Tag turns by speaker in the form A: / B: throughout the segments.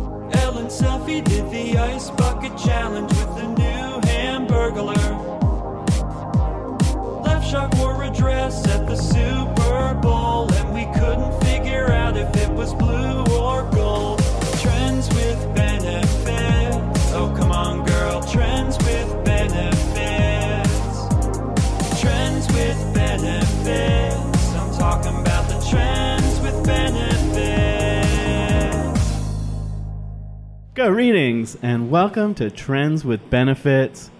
A: Island selfie did the ice bucket challenge with the new hamburglar. Left Shark wore a dress at the Super Bowl, and we couldn't figure out if it was blue or gold. Trends with benefits. Oh, come on, girl. Trends with benefits. Trends with benefits. I'm talking about the trends with benefits.
B: Greetings and welcome to Trends with Benefits.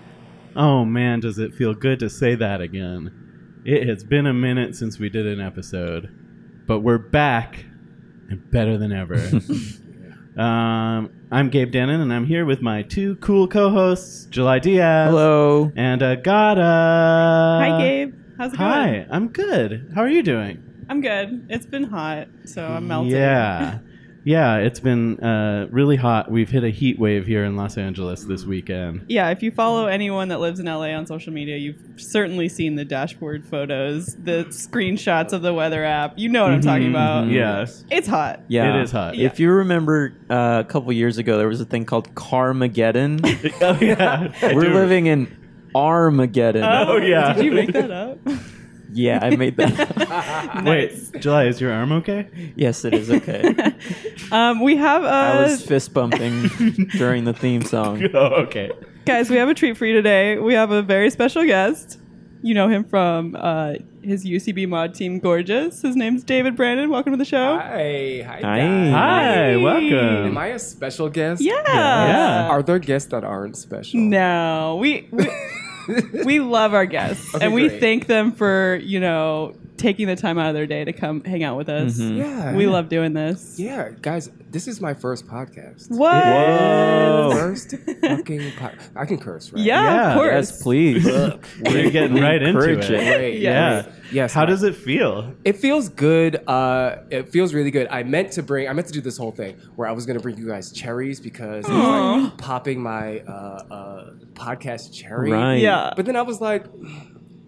B: Oh man, does it feel good to say that again? It has been a minute since we did an episode, but we're back and better than ever. um, I'm Gabe Dannon and I'm here with my two cool co hosts, July Diaz.
C: Hello.
B: And Agata.
D: Hi, Gabe. How's it going?
B: Uh, Hi, I'm good. How are you doing?
D: I'm good. It's been hot, so I'm melting.
B: Yeah. Yeah, it's been uh, really hot. We've hit a heat wave here in Los Angeles this weekend.
D: Yeah, if you follow anyone that lives in LA on social media, you've certainly seen the dashboard photos, the screenshots of the weather app. You know what I'm talking
B: Mm-hmm,
D: about.
B: Yes.
D: It's hot.
C: Yeah.
B: It is hot.
C: If you remember uh, a couple years ago, there was a thing called Carmageddon.
B: oh, yeah. I
C: We're
B: do.
C: living in Armageddon.
B: Oh, yeah.
D: Did you make that up?
C: Yeah, I made that.
B: Wait, July, is your arm okay?
C: yes, it is okay.
D: um, we have a
C: I was fist bumping during the theme song.
B: Oh, okay.
D: Guys, we have a treat for you today. We have a very special guest. You know him from uh, his UCB mod team, Gorgeous. His name's David Brandon. Welcome to the show.
E: Hi,
C: Hi.
E: hi, guys.
B: Hi, welcome.
E: Am I a special guest?
D: Yeah.
B: Yeah.
E: Are there guests that aren't special?
D: No, we we, we love our guests
E: Okay,
D: and we
E: great.
D: thank them for you know taking the time out of their day to come hang out with us.
B: Mm.
C: Mhm.
E: Mm-hmm. Yeah.
D: We love doing this.
E: Yeah, guys. This is my first podcast.
D: What?
B: Whoa.
E: First fucking pod- I can curse, right?
D: Yeah,
B: Yeah,
D: of course.
C: Yes, please.
B: We're getting right into
C: Encourage
B: it.
C: it.
E: Great.
D: Yeah.
E: great. Yes.
B: How does it feel?
E: It feels good. Uh, it feels really good. I meant to bring. I meant to do this whole thing where I was gonna bring you guys cherries because it was like popping my uh, uh, podcast cherry.
C: Right.
D: Yeah.
E: But then I was like,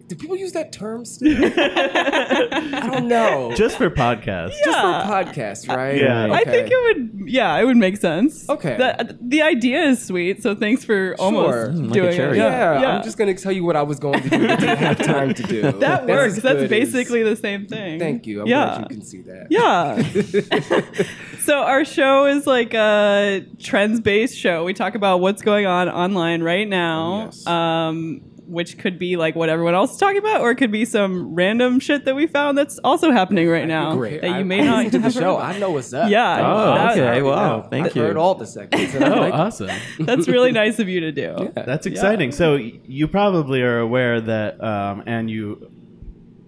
E: do people use that term still? I don't know.
B: Just for podcasts.
E: Just for a
D: Yeah.
E: podcast, right?
B: Yeah.
E: Okay.
D: I think it would, yeah, it would make sense.
E: Okay.
D: The, the idea is sweet, so thanks for almost
E: Sure. Mm,
C: like a
D: doing it.
C: cherry.
E: Yeah,
D: yeah.
E: I'm just gonna tell you what I was going to do. That I didn't have time to do.
D: that
E: That's
D: works.
E: as
D: That's
E: good as-
D: basically the same thing.
E: Thank you. I'm
D: yeah.
E: glad you can see that.
D: Yeah. so our show is like a trends-based show. We talk about what's going on online right now,
E: Oh, Yes.
D: um, which could be like what everyone else is talking about, or it could be some random shit that we found that's also happening right now
E: Great.
D: that
E: I-
D: you may
E: I
D: not
E: listened to the
D: have heard
E: show.
D: about.
E: I know what's up.
D: Yeah.
C: Oh,
D: That-
C: okay. Wow.
E: Yeah.
C: Thank
E: I've
C: you.
E: heard all the segments. and I
B: Oh,
E: like it.
B: awesome.
D: That's really nice of you to do.
B: That's exciting. So y- you probably are aware that, um, and you,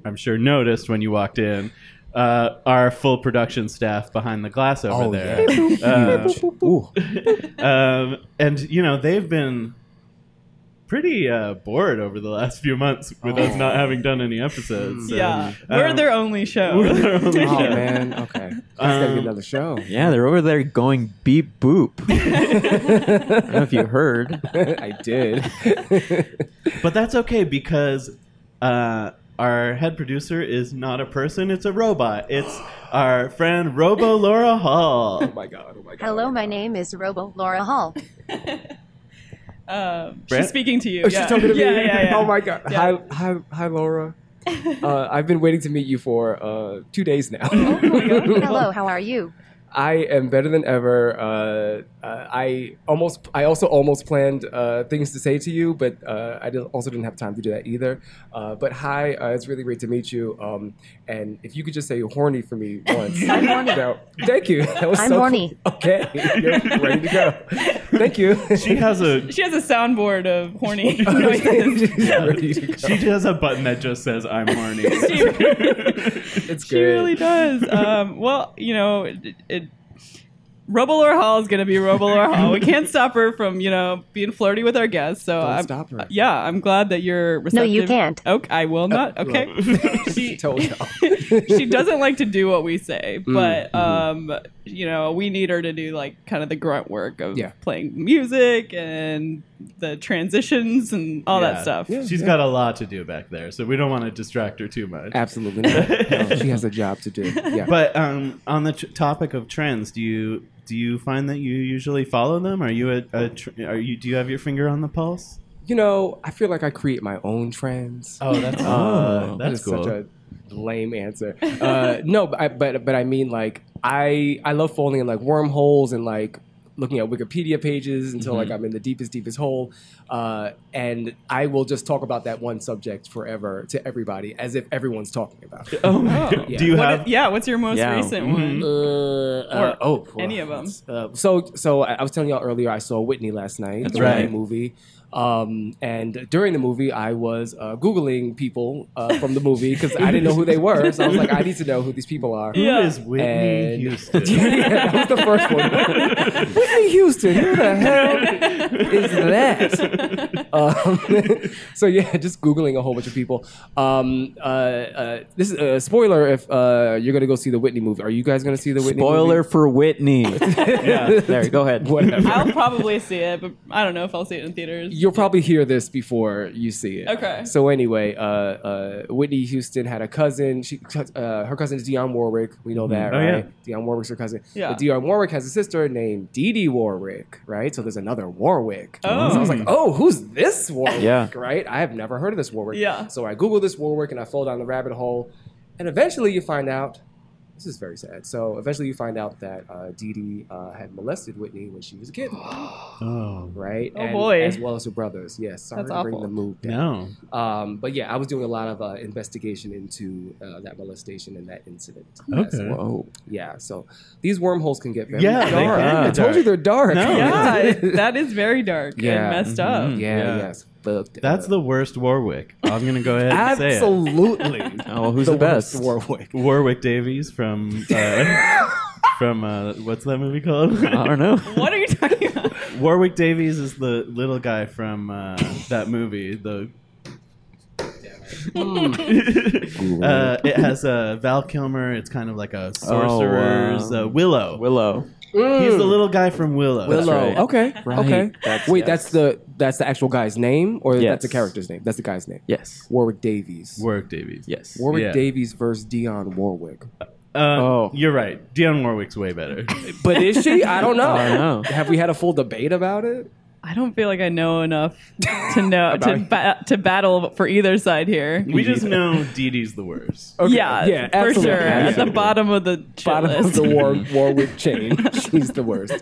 B: I'm sure, noticed when you walked in, uh, our full production staff behind the glass over
E: Oh,
B: there.
E: yeah.
B: Uh,
E: Huge. Ooh.
B: um, and you know they've been pretty uh, bored over the last few months with us not having done any episodes. so,
D: Yeah,
B: um,
D: we're their only show.
B: we're their only
E: Oh
B: show.
E: man. Okay. That's gotta
B: Um,
E: be another show.
C: Yeah, they're over there going beep boop. I don't know if you heard.
E: I did. Oh
B: But that's okay because uh, our head producer is not a person; it's a robot. It's our friend Robo Laura Hall.
E: oh my god. Oh my god.
F: Hello, my name is Robo Laura Hall.
D: Um,
B: Brent?
D: she's speaking to you.
E: Oh,
D: yeah.
E: She's talking to me.
D: Yeah, yeah, yeah.
E: Oh my god.
D: Yeah.
E: Hi, hi, hi, Laura. Uh, I've been waiting to meet you for uh, two days
D: Oh
E: now.
F: Hello, how are you?
E: I am better than ever. Uh, uh, I almost, I also almost planned uh, things to say to you, but uh, I didn't, also didn't have time to do that either. Uh, but hi, uh, it's really great to meet you. Um, and if you could just say you're horny for me once, I'm horny. thank you. That was
F: I'm
E: so
F: horny.
E: cool. Okay, you're ready to go. Thank you.
B: She has a
D: She has a soundboard of horny noises.
E: Oh, She's ready to go.
B: she has a button that just says "I'm horny."
E: It's
D: She
E: good.
D: really does. Um, well, you know, it, it, Robo Laura Hall is going to be Robo Laura Hall. We can't stop her from, you know, being flirty with our guests. So
E: Don't
D: I'm,
E: stop her.
D: yeah, I'm glad that you're
F: No,
D: receptive.
F: you can't.
D: Okay, I will not.
E: Uh,
D: Okay.
E: She told y'all. Mm, mm-hmm.
D: she doesn't like to do what we say, but um, you know, we need her to do like kind of the grunt work of
E: Yeah.
D: playing music and the transitions and all
B: Yeah.
D: that stuff.
B: She's got a lot to do back there, so we don't want to distract her too much.
E: Absolutely not. No, she has a job to do. Yeah.
B: But um, on the tr- topic of trends, do you do you find that you usually follow them? Are you a, a tr- are you do you have your finger on the pulse?
E: you know, I feel like I create my own trends.
B: Oh, that's
E: Uh, that
B: that's
E: is
B: cool.
E: Such a lame answer. Uh, no, but I, but but I mean like I I love falling in like wormholes and like looking at Wikipedia pages until
B: Mm-hmm.
E: like I'm in the deepest deepest hole, uh, and I will just talk about that one subject forever to everybody as if everyone's talking about it.
B: oh, my God.
E: Yeah.
B: do you
D: What
B: have?
D: is- yeah, what's your most
C: Yeah.
D: recent
E: Uh,
D: one?
E: uh, oh,
D: any of 'em.
E: Uh, so, so I I was telling y'all earlier, I saw Whitney last night,
B: That's
E: the Whitney
B: right.
E: movie. Um, and during the movie, I was uh, googling people uh, from the movie because I didn't know who they were. So I was like, I need to know who these people are.
B: Who
D: Yeah.
B: is Whitney
E: And-
B: Houston?
E: Yeah, that was the first one. Whitney Houston, who the hell is that? Um, so yeah, just googling a whole bunch of people. Um, uh, uh, this is a spoiler. If uh, you're gonna go see the Whitney movie, are you guys gonna see the Whitney?
C: Spoiler
E: Movie?
C: for Whitney. yeah, there. Go ahead.
E: Whatever.
D: I'll probably see it, but I don't know if I'll see it in theaters.
E: You'll probably hear this before you see it.
D: Okay.
E: So anyway, uh, uh, Whitney Houston had a cousin. She, uh, her cousin is Dionne Warwick. We
C: Mm-hmm.
E: know that,
B: Oh,
E: right? Dionne Warwick's her cousin.
D: Yeah.
E: But Dionne Warwick has a sister named Dee Dee Warwick, right? So there's another Warwick.
D: Oh.
E: So I was like, oh, who's this Warwick?
C: Yeah.
E: Right? I have never heard of this Warwick.
D: Yeah.
E: So I Google this Warwick and I fall down the rabbit hole, and eventually you find out. This is very sad. So eventually you find out that uh, Dee Dee uh, had molested Whitney when she was a kid
B: oh
E: right?
D: Oh, boy.
E: As well as her brothers. Yes, sorry
D: That's
E: to bring
D: awful.
E: the mood down.
B: no!
E: Um, but yeah, I was doing a lot of uh, investigation into uh, that molestation and that incident.
B: Okay.
E: As well.
C: Whoa.
E: Yeah. So these wormholes can get very
B: Yeah, they
E: dark.
B: can
E: I
B: get
E: told you
B: dark.
E: they're dark.
B: No.
D: yeah, that is very dark
E: Yeah. mm-hmm.
D: and messed up.
E: yeah.
B: Mhm. Yeah.
E: Yes. Fucked
B: That's
E: up.
B: the worst Warwick. I'm gonna go ahead and say it.
E: absolutely.
C: Oh, well, who's the, best?
E: worst Warwick.
B: Warwick Davies from uh, from uh, what's that movie called?
C: I don't know.
D: What are you talking about?
B: Warwick Davies is the little guy from uh, that movie. The uh, it has uh, Val Kilmer. It's kind of like a sorcerer's
C: um,
B: uh, Willow.
C: Willow.
B: He's the little guy from Willow.
E: Hmm. Willow.
C: right.
E: Okay.
C: Right.
E: Okay.
C: That's-
E: Wait,
C: yes.
E: that's the that's the actual guy's name, or
C: Yes.
E: that's the character's name? That's the guy's name.
C: Yes.
E: Warwick Davies.
B: Warwick Davies.
C: Yes.
E: Warwick
B: Yeah.
E: Davies versus Dion Warwick.
B: Uh,
C: Oh.
B: You're right. Dionne Warwick's way better.
E: But is she? I don't know.
C: I don't know.
E: Have we had a full debate about it?
D: I don't feel like I know enough to know to ba- to battle for either side here.
B: we just know Dee Dee's the worst.
D: Yeah,
E: Yeah,
D: for
E: absolutely,
D: sure. At the
E: absolutely.
D: bottom of the shit
E: Bottom of
D: list.
E: the war, Warwick chain. She's the worst.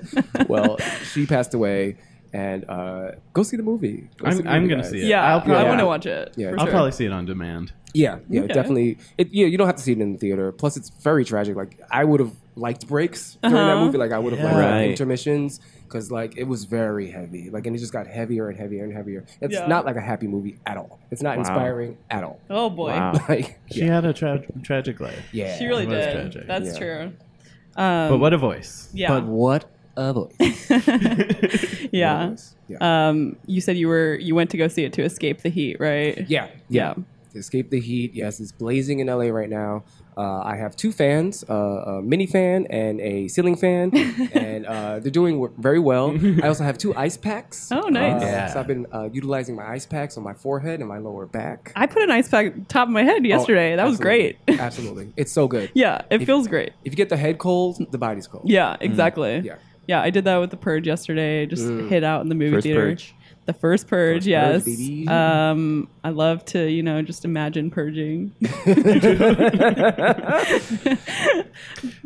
E: Well, she passed away, and uh, go see the movie. Go see
B: I'm,
E: the
B: I'm
E: movie,
B: gonna
E: guys.
B: see it.
D: yeah,
B: I'll
D: I
B: probably,
D: want to watch it.
E: Yeah.
D: for
B: I'll
D: sure.
B: probably see it on demand.
E: Yeah, yeah,
D: Okay.
E: definitely. It, yeah, you don't have to see it in the theater. Plus, it's very tragic. Like I would have liked breaks during that
D: Uh-huh.
E: movie. Like I would have liked
C: Yeah. Right.
E: intermissions because like it was very heavy. Like and it just got heavier and heavier and heavier. It's
D: Yeah.
E: not like a happy movie at all. It's not
C: Wow.
E: inspiring at all.
D: Oh boy,
C: Wow.
E: Like
B: She had a tra- tragic life,
E: yeah,
D: she really
B: It was
D: did.
B: tragic.
D: That's
E: Yeah.
D: true. Um,
B: but what a voice!
D: yeah,
E: what a voice.
D: yeah.
E: Yeah.
D: Um, you said you were you went to go see it to escape the heat, right?
E: yeah.
D: Yeah.
E: Escape the Heat. Yes, it's blazing in LA right now. Uh, I have two fans, uh, a mini fan and a ceiling fan, and uh, they're doing w- very well. I also have two ice packs.
D: Oh, nice.
E: Uh,
B: Yeah.
E: So I've been uh, utilizing my ice packs on my forehead and my lower back.
D: I put an ice pack top of my head yesterday.
E: Oh,
D: that was
E: absolutely.
D: great.
E: absolutely. It's so good.
D: yeah, it
E: If-
D: feels great.
E: If you get the head cold, the body's cold.
D: Yeah, exactly.
E: Yeah.
D: Yeah, I did that with the purge yesterday. Just hit out in the movie
C: First
D: theater.
C: purge.
D: The first purge, yes.
E: baby.
D: um, I love to, you know, just imagine purging.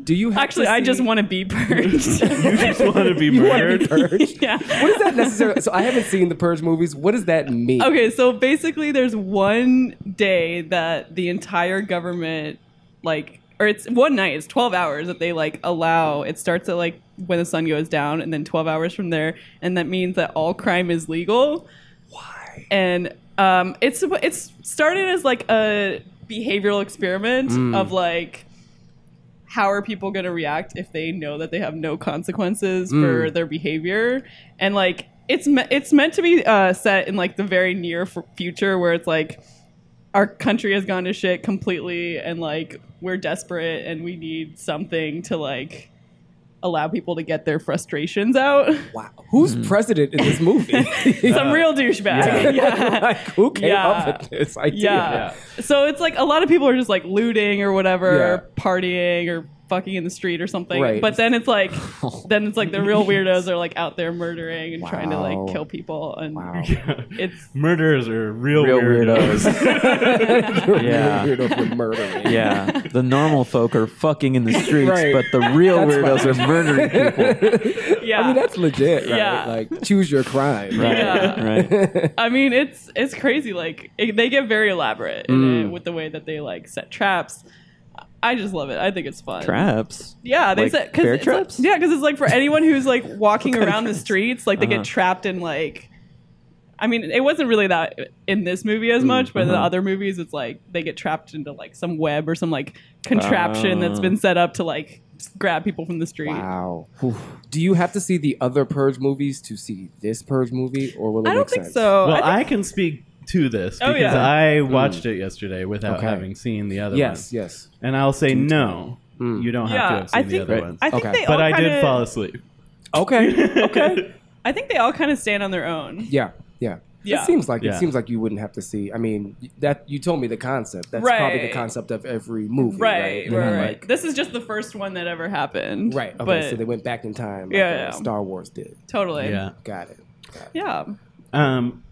E: Do you have
D: Actually,
E: to
D: I just
E: see-
D: want to be purged.
B: You just want to be murdered.
E: Purge?
D: yeah.
E: What is that necessarily? So I haven't seen the Purge movies. What does that mean?
D: Okay, so basically, there's one day that the entire government, like, or it's one night, it's 12 hours that they, like, allow. It starts at, like, when the sun goes down, and then 12 hours from there. And that means that all crime is legal. Why? And um, it's, it's started as, like, a behavioral experiment of, like, how are people going to react if they know that they have no consequences for their behavior and like it's me- it's meant to be uh, set in like the very near f- future where it's like our country has gone to shit completely and like we're desperate and we need something to like allow people to get their frustrations out.
E: Wow. Who's president in this movie?
D: Mm.
E: Uh,
D: Some real douchebag. Yeah.
E: like, who came
D: Yeah.
E: up with this idea?
D: Yeah. So it's like a lot of people are just like looting or whatever,
E: Yeah.
D: or partying or fucking in the street or something.
E: Right.
D: But then it's like, then it's like the real weirdos are like out there murdering and trying to
E: Wow.
D: like kill people, and
E: Wow.
D: it's
B: Murderers are real,
C: Real
B: weirdos.
C: weirdos.
E: yeah.
C: Yeah.
E: Weirdo for murdering.
C: yeah. The normal folk are fucking in the streets,
E: Right.
C: but the real weirdos are murdering people.
D: yeah.
E: I mean, that's legit, right?
D: Yeah.
E: Like, choose your crime.
C: Right.
D: Yeah.
C: Right.
D: I mean, it's it's crazy. Like it, they get very elaborate in it
E: Mm.
D: with the way that they like set traps. I just love it. I think it's fun.
C: Traps.
D: Yeah, they
C: Like
D: set cause
C: bear
D: it's like-
C: traps?
D: yeah, because it's like for anyone who's like walking around the streets, like they
E: Uh-huh.
D: get trapped in like. I mean, it wasn't really that in this movie
E: Mm,
D: as much, but in
E: uh-huh.
D: the other movies, it's like they get trapped into like some web or some like contraption that's
C: Oh.
D: been set up to like grab people from the street.
E: Uh. Wow. Whew. Do you have to see the other Purge movies to see this Purge movie, or will it
D: I don't
E: make
D: think
E: sense?
D: so.
B: Well,
D: Oh, I think
B: I, can speak to this
D: Oh,
B: because
D: yeah.
B: I watched it yesterday without
E: Mm. Okay.
B: having seen the other
E: Yes,
B: ones.
E: yes.
B: And I'll say no,
E: Mm.
B: you don't have to
D: yeah,
B: have seen
D: I
B: the
D: think
B: other ones.
D: I think
E: Okay.
D: they
B: but
D: all
B: I
D: kinda,
B: did fall asleep.
E: Okay.
B: okay.
D: I think they all kind of stand on their own.
E: yeah, yeah.
D: Yeah.
E: It seems like it
B: Yeah.
E: seems like you wouldn't have to see. I mean, y- that you told me the concept. That's probably the
D: Right.
E: concept of every movie,
D: Right,
E: right?
D: right,
E: They're not
D: right.
E: like-
D: this is just the first one that ever happened.
E: right. Okay,
D: but
E: so they went back in time. Like
D: Yeah,
E: uh,
D: yeah.
E: Star Wars did.
D: totally.
B: Yeah.
E: Got it.
D: Yeah.
B: Um,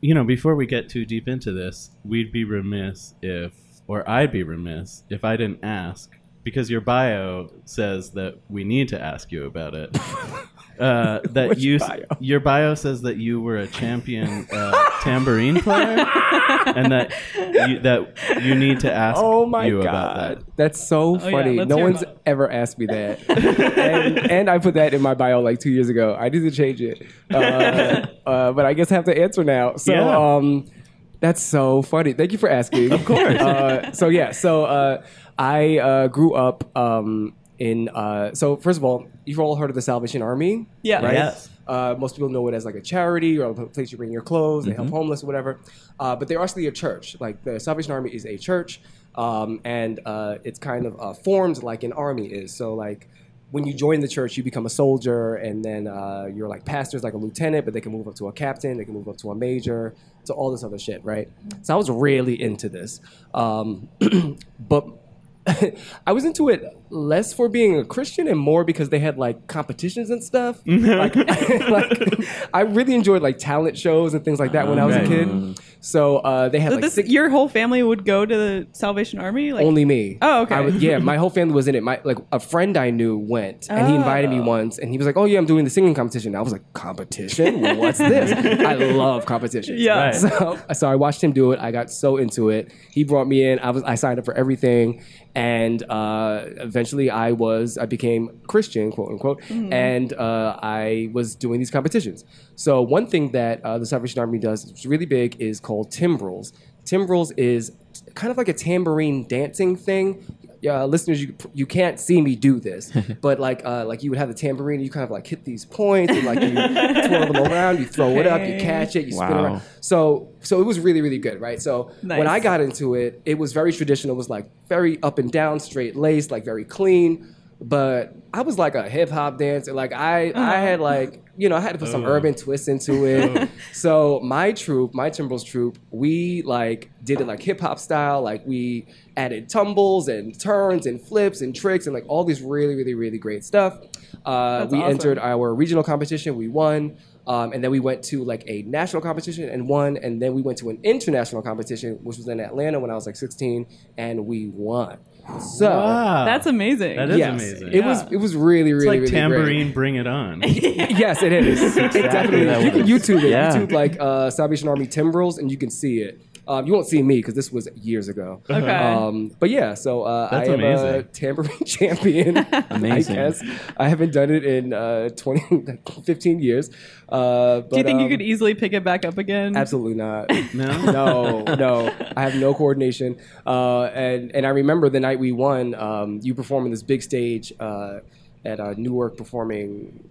B: you know, before we get too deep into this, we'd be remiss if, or I'd be remiss if I didn't ask, because your bio says that we need to ask you about it. Uh, that
E: Which
B: you, s-
E: bio?
B: your bio says that you were a champion uh, tambourine player, and that you, that you need to ask
E: Oh my
B: you
E: god,
B: about that.
E: that's
D: Oh,
E: so
D: yeah,
E: funny.
D: let's
E: no
D: hear
E: one's
D: about it.
E: ever asked me that, and, and I put that in my bio like two years ago. I need to change it, uh, uh, but I guess I have to answer now. So,
B: Yeah.
E: um, that's so funny. Thank you for asking. Of course. uh, so yeah, so uh, I uh, grew up um, in. Uh, so first of all, you've all heard of the Salvation Army.
D: Yeah.
E: Right?
B: Yes.
E: Uh, most people know it as like a charity or a place you bring your clothes, they help homeless or whatever. Uh, but they're actually a church. Like the Salvation Army is a church, um, and uh, it's kind of uh, formed like an army is. So like when you join the church, you become a soldier, and then uh, you're like pastors, like a lieutenant, but they can move up to a captain, they can move up to a major, to all this other shit, right? So I was really into this, um, but I was into it less for being a Christian and more because they had like competitions and stuff. like, like, I really enjoyed like talent shows and things like that when I was a
B: Okay.
E: kid. So uh, they had
D: So
E: like
D: this
E: six-
D: your whole family would go to the Salvation Army? Like
E: only me.
D: Oh, okay.
E: I was- yeah, my whole family was in it. My like a friend I knew went, and he invited me once, and he was like, "Oh yeah, I'm doing the singing competition." I was like, "Competition? What's this? I love competitions."
D: Yeah. Right.
E: So, so I watched him do it. I got so into it. He brought me in. I was I signed up for everything, and uh, eventually I was I became Christian, quote unquote, and uh, I was doing these competitions. So one thing that uh, the Salvation Army does, which is really big, is called timbrels. Timbrels is kind of like a tambourine dancing thing. Yeah, listeners, you you can't see me do this, but like uh, like you would have the tambourine, you kind of like hit these points, and like you twirl them around, you throw it up, you catch it, you spin
C: Wow.
E: around. So so it was really really good, right? So when
D: Nice.
E: I got into it, it was very traditional. It was like very up and down, straight laced, like very clean. But I was like a hip hop dancer. Like I I
D: Uh-huh.
E: had like you know I had to put some urban twists into it. so my troupe, my Timbrels troupe, we like did it like hip hop style. Like we added tumbles and turns and flips and tricks and like all these really really really great stuff. Uh,
D: That's
E: we
D: awesome.
E: entered our regional competition. We won. Um, and then we went to like a national competition and won. And then we went to an international competition, which was in Atlanta when I was like 16, and we won. So
B: Wow.
D: That's amazing.
B: That is
E: yes,
B: amazing.
E: it was it was really
B: It's like
E: really really
B: tambourine,
E: Great.
B: bring it on.
E: Yes, it is. It definitely.
C: that
E: You can
C: was.
E: YouTube it.
C: Yeah.
E: YouTube like uh, Salvation Army timbrels, and you can see it. Um, you won't see me because this was years ago.
D: Okay.
E: Um, but yeah, so uh, I
B: That's
E: am a
B: amazing.
E: tambourine champion.
C: Amazing.
E: I guess I haven't done it in uh, 20, like 15 years. Uh, but,
D: Do you think you
E: um,
D: could easily pick it back up again?
E: Absolutely not.
B: No?
E: no, no. I have no coordination. Uh, and and I remember the night we won. Um, you performed on this big stage uh, at uh, Newark Performing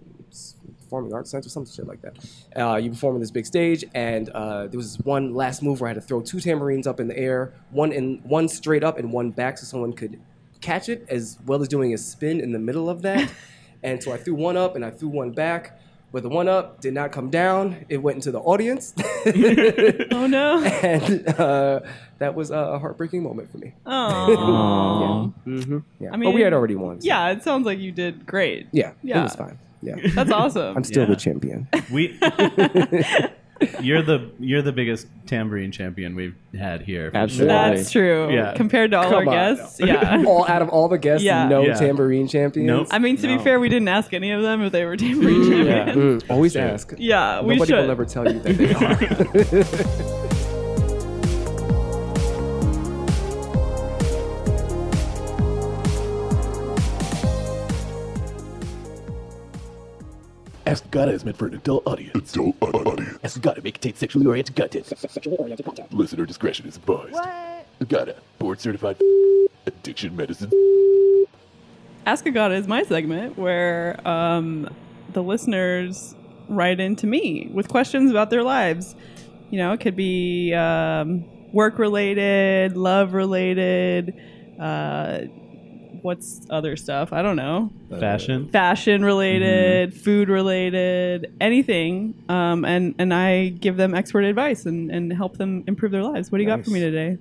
E: Performing Arts Center, some shit like that. Uh, you performed on this big stage, and uh, there was this one last move where I had to throw two tambourines up in the air, one in one straight up and one back, so someone could catch it, as well as doing a spin in the middle of that. And so I threw one up and I threw one back, but the one up did not come down. It went into the audience.
D: Oh no.
E: and uh, that was a heartbreaking moment for me.
D: Oh.
E: Yeah.
D: I
E: but we
D: mean,
E: had already won. so-
D: yeah, it sounds like you did great.
E: Yeah. It
D: Yeah.
E: was fine. Yeah.
D: That's awesome.
E: I'm still
B: Yeah.
E: the champion.
B: We. You're the you're the biggest tambourine champion we've had here.
C: Absolutely.
D: That's true.
B: Yeah.
D: Compared to all
E: Come
D: our
E: on
D: guests. Yeah.
E: all out of all the guests,
D: Yeah.
E: no
B: Yeah.
E: tambourine champions.
B: Nope.
D: I mean, to be fair, we didn't ask any of them if they were tambourine
C: Yeah.
D: champions. Yeah,
E: Mm, always ask.
D: we
E: Nobody
D: should.
E: will ever tell you that they are.
G: Escada is meant for an adult audience. Adult audience. Escada may contain sexually oriented content. Sexually oriented content. Listener discretion is advised. What? Escada, board certified addiction medicine.
D: Ask a God is my segment where um, the listeners write in to me with questions about their lives. You know, it could be um, work related, love related, uh, what's other stuff? I don't know.
B: Fashion.
D: Fashion related, food related, anything. Um, and, and I give them expert advice and, and help them improve their lives. What do you got for me today?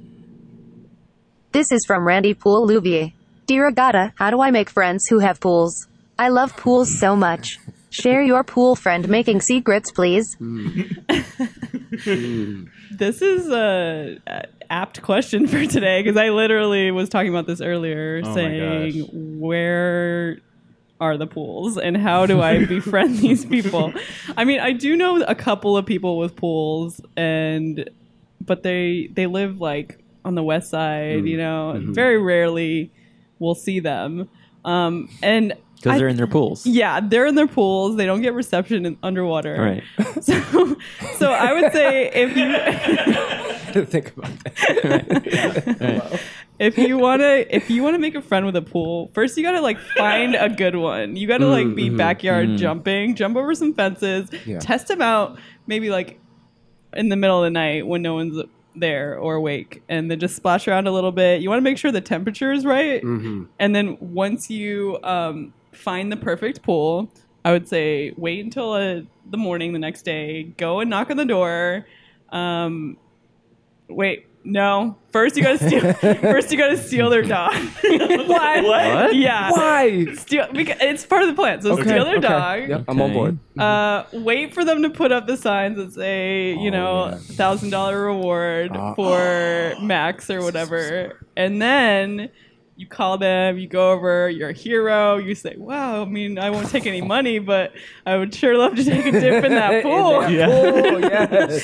F: This is from Randy Pool Louvier. Dear Agata, how do I make friends who have pools? I love pools so much. Share your pool friend making secrets, please.
D: This is a a apt question for today because I literally was talking about this earlier,
B: Oh my
D: saying
B: gosh.
D: where are the pools and how do I befriend these people? I mean, I do know a couple of people with pools and but they they live like on the west side,
B: Mm,
D: you know.
B: mm-hmm.
D: and Very rarely we'll see them. Um and
C: Because
D: I-
C: they're in their pools.
D: yeah, they're in their pools. They don't get reception in, underwater.
C: All right.
D: So, so I would say if you
E: Think about that.
D: if you want to if you want to make a friend with a pool first you gotta like find a good one you gotta like be backyard jumping jump over some fences
E: Yeah.
D: test them out maybe like in the middle of the night when no one's there or awake and then just splash around a little bit you want to make sure the temperature is right
C: Mm-hmm.
D: and then once you um, find the perfect pool i would say wait until uh the morning the next day go and knock on the door um, Wait, no. First you gotta steal. first you gotta steal their dog. Why?
C: What?
D: Yeah.
E: Why?
D: Steal because it's part of the plan. So steal their dog.
E: Yep, I'm on
C: Okay.
E: board.
D: Uh, wait for them to put up the signs that say, you
E: Oh,
D: know,
E: yeah.
D: thousand dollar reward
E: Ah.
D: for Max or whatever, and then you call them. You go over. You're a hero. You say, "Wow, I mean, I won't take any money, but I would sure love to take a dip in that pool."
E: yeah. pool, yes.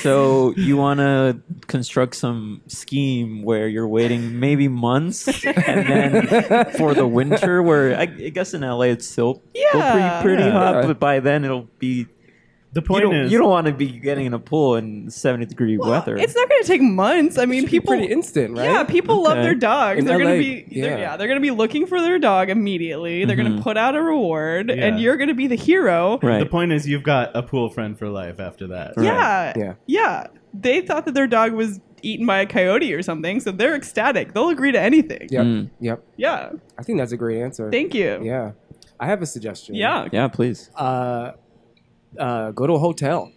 C: So you want to construct some scheme where you're waiting maybe months, and then for the winter, where I, I guess in LA it's still still
D: Yeah.
C: pretty pretty
B: Yeah.
C: hot, but by then it'll be.
B: The
C: You
B: point
C: don't,
B: is,
C: you don't want to be getting in a pool in 70 degree weather.
D: It's not going to take months. I mean, people
E: pretty instant, right?
D: Yeah, people love
C: Okay.
D: their dogs.
E: In
D: they're
E: LA,
D: gonna be
E: yeah. Mm-hmm.
D: They're, yeah, they're gonna be looking for their dog immediately. They're gonna put out a reward,
B: Yeah.
D: and you're gonna be the hero.
C: right.
B: the point is, you've got a pool friend for life after that.
D: Yeah,
E: Yeah.
D: yeah, They thought that their dog was eaten by a coyote or something, so they're ecstatic. They'll agree to anything.
E: Yep.
C: Mm.
E: Yep.
D: Yeah.
E: I think that's a great answer.
D: Thank you. Yeah.
E: Yeah. I have a suggestion.
C: Yeah, please.
E: Uh, uh, go to a hotel.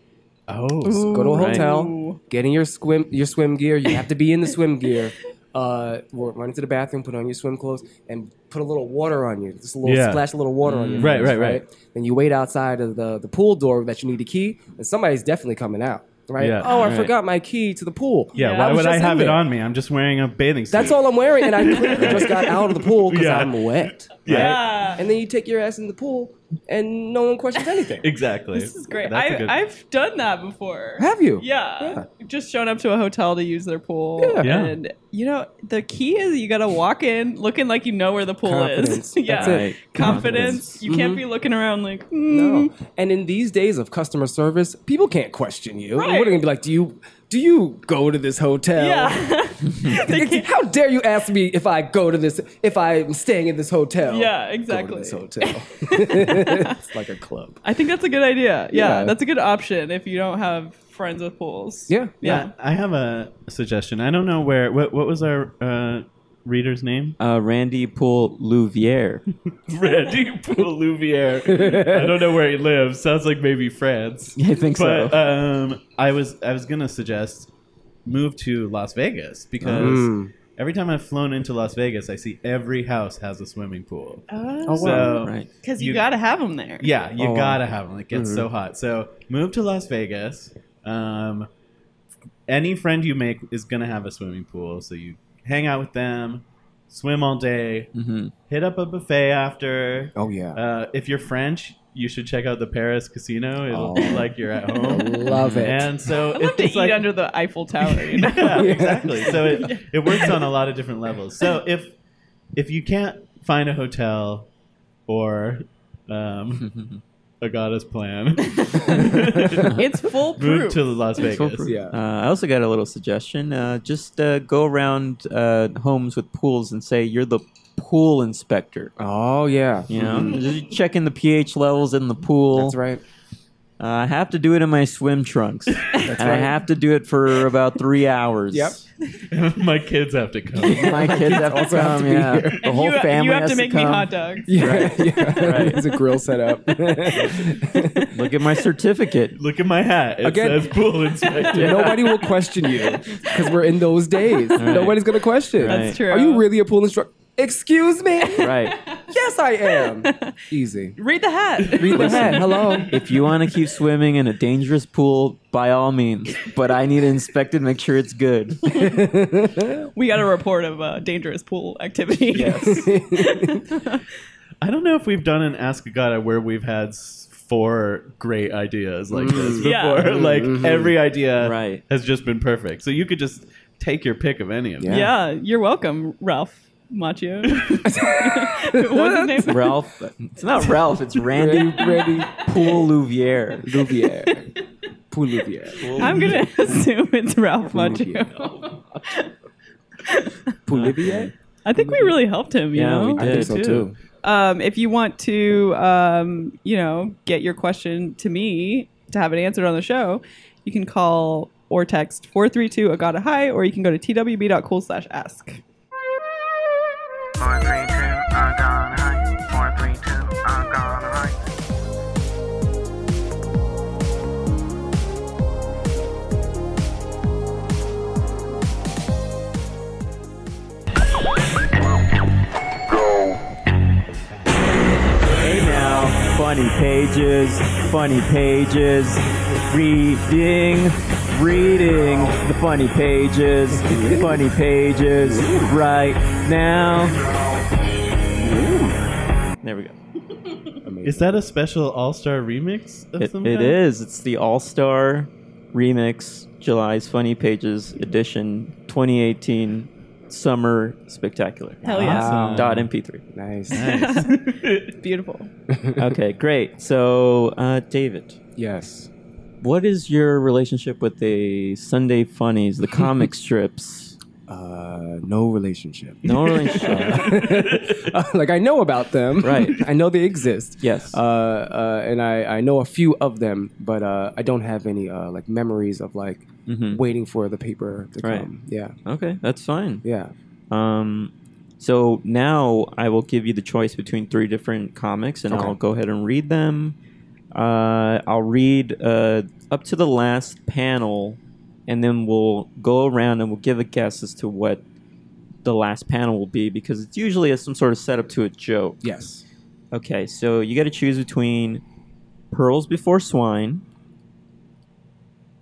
B: Oh,
E: Go to a
C: Right.
E: hotel.
D: Ooh.
E: Get in your swim your swim gear. You have to be in the swim gear. Uh, or run into the bathroom, put on your swim clothes, and put a little water on you. Just a little
B: Yeah.
E: splash, a little water
C: Mm.
E: on you.
B: Right, right, right.
E: Then you wait outside of the, the pool door that you need a key, and somebody's definitely coming out. Right?
B: Yeah.
E: Oh, I
C: Right.
E: forgot my key to the pool.
B: yeah.
D: Yeah. I
B: Why
E: was
B: would I
E: just in
B: have it
E: there.
B: on me? I'm just wearing a bathing suit.
E: That's all I'm wearing, and I clearly just got out of the pool because
B: Yeah.
E: I'm wet.
D: Yeah.
E: And then you take your ass in the pool, and no one questions anything.
B: Exactly.
D: This is great.
B: That's a
D: I,
B: good-
D: I've done that before.
E: Have you?
D: Yeah. Just shown up to a hotel to use their pool.
B: Yeah.
D: And, you know, the key is you got to walk in looking like you know where the pool
E: Confidence.
D: is. yeah.
E: That's it. Mm-hmm.
C: Right.
D: Confidence. You can't be looking around like, hmm.
E: No. And in these days of customer service, people can't question you.
D: Right.
E: We're gonna be like, do you do you go to this hotel?
D: Yeah. They can't-
E: How dare you ask me if I go to this if I'm staying in this hotel?
D: Yeah,
E: Go to
D: exactly.
E: this hotel. it's like a club.
D: I think that's a good idea. Yeah,
E: Yeah.
D: That's a good option if you don't have friends with pools.
E: Yeah.
D: Yeah.
B: I have a suggestion. I don't know where. What, what was our uh, reader's name?
C: Uh, Randy Poole Louvier.
B: Randy Poulouvier. I don't know where he lives. Sounds like maybe France.
C: I think so.
B: But um, I was I was gonna suggest move to Las Vegas because
E: Mm.
B: every time I've flown into Las Vegas, I see every house has a swimming pool.
D: Oh,
E: Oh, wow.
B: So
C: right.
D: because you,
B: you-
D: gotta have them there.
B: yeah, you
E: Oh, wow. Mm-hmm.
B: gotta have them. It gets so hot. So move to Las Vegas. Um, any friend you make is gonna have a swimming pool, so you hang out with them, swim all day,
E: Mm-hmm.
C: hmm
B: hit up a buffet after.
E: Oh, yeah.
B: Uh, if you're French, you should check out the Paris casino. It'll be
E: Oh.
B: like you're at home.
E: Love it.
B: And so
D: I
B: it's
D: love to
B: just
D: eat
B: like,
D: under the Eiffel Tower. You know?
B: yeah, exactly. So it, it works on a lot of different levels. So if if you can't find a hotel or um, a goddess plan,
D: it's
B: move
D: foolproof.
B: to Las Vegas.
E: Yeah.
C: Uh, I also got a little suggestion. Uh, just uh, go around uh, homes with pools and say you're the pool inspector.
E: Oh, yeah.
C: You know,
D: Hmm.
C: just checking the pH levels in the pool.
E: That's right.
C: Uh, I have to do it in my swim trunks, and I have to do it for about three hours.
E: Yep.
B: My kids have to come.
C: My kids have to
E: also
C: come.
E: have to be
C: yeah.
E: here.
C: The
D: And
C: whole
D: you,
C: family
D: you have
C: has
D: to make me
C: come.
D: hot dogs.
E: Yeah. yeah.
C: Right.
E: it's a grill setup.
C: Look at my certificate.
B: Look at my hat. It
E: Again-
B: says pool inspector.
E: Nobody will question you because we're in those days. Nobody's going to question.
D: That's true.
E: Are you really a pool instructor? Excuse me?
C: Right.
E: yes, I am. Easy.
D: Read the hat.
E: Read the hat. Hello.
C: If you want to keep swimming in a dangerous pool, by all means. But I need to inspect it, make sure it's good.
D: we got a report of uh, dangerous pool activity.
B: I don't know if we've done an Ask a Gotta where we've had s- four great ideas like this before.
D: Yeah.
B: Like every idea
C: Right.
B: has just been perfect. So you could just take your pick of any of them.
D: Yeah, you're welcome, Ralph Macchio. What's his name?
C: Ralph, it's not Ralph, it's Randy
E: Ready,
C: Pool Louvier.
E: Louvier. Poulouvier.
D: I'm gonna assume it's Ralph Macchio.
E: Poulouvier?
D: I think we really helped him. You
C: Yeah,
D: know?
C: we
E: I think so
C: Yeah,
E: too.
D: um, if you want to, um, you know, get your question to me to have it answered on the show, you can call or text 432 Agata High, or you can go to twb.cool slash ask.
H: Four, three, two, I'm gone high. Four, three, two, I'm gone high.
C: Hey now, funny pages, funny pages, reading, reading the funny pages, funny pages, right now. There we go.
B: Is that a special all star remix of
C: It,
B: some
C: it
B: kind?
C: is. It's the All Star Remix July's Funny Pages Edition 2018 Summer Spectacular.
D: Hell yeah.
E: Wow.
C: Dot MP3.
E: Nice.
D: Beautiful.
C: Okay, great. So, uh, David,
E: Yes.
C: what is your relationship with the Sunday Funnies, the comic strips?
E: Uh, no relationship.
C: No relationship.
E: like I know about them.
C: Right.
E: I know they exist.
C: Yes.
E: Uh, uh, and I, I know a few of them, but uh, I don't have any uh, like memories of like
C: Mhm.
E: waiting for the paper to
C: Right.
E: come. Yeah.
C: Okay, that's fine.
E: Yeah.
C: Um, so now I will give you the choice between three different comics, and
E: Okay.
C: I'll go ahead and read them. Uh, I'll read uh, up to the last panel, and then we'll go around and we'll give a guess as to what the last panel will be because it's usually as some sort of setup to a joke.
E: Yes.
C: Okay, so you got to choose between pearls before swine,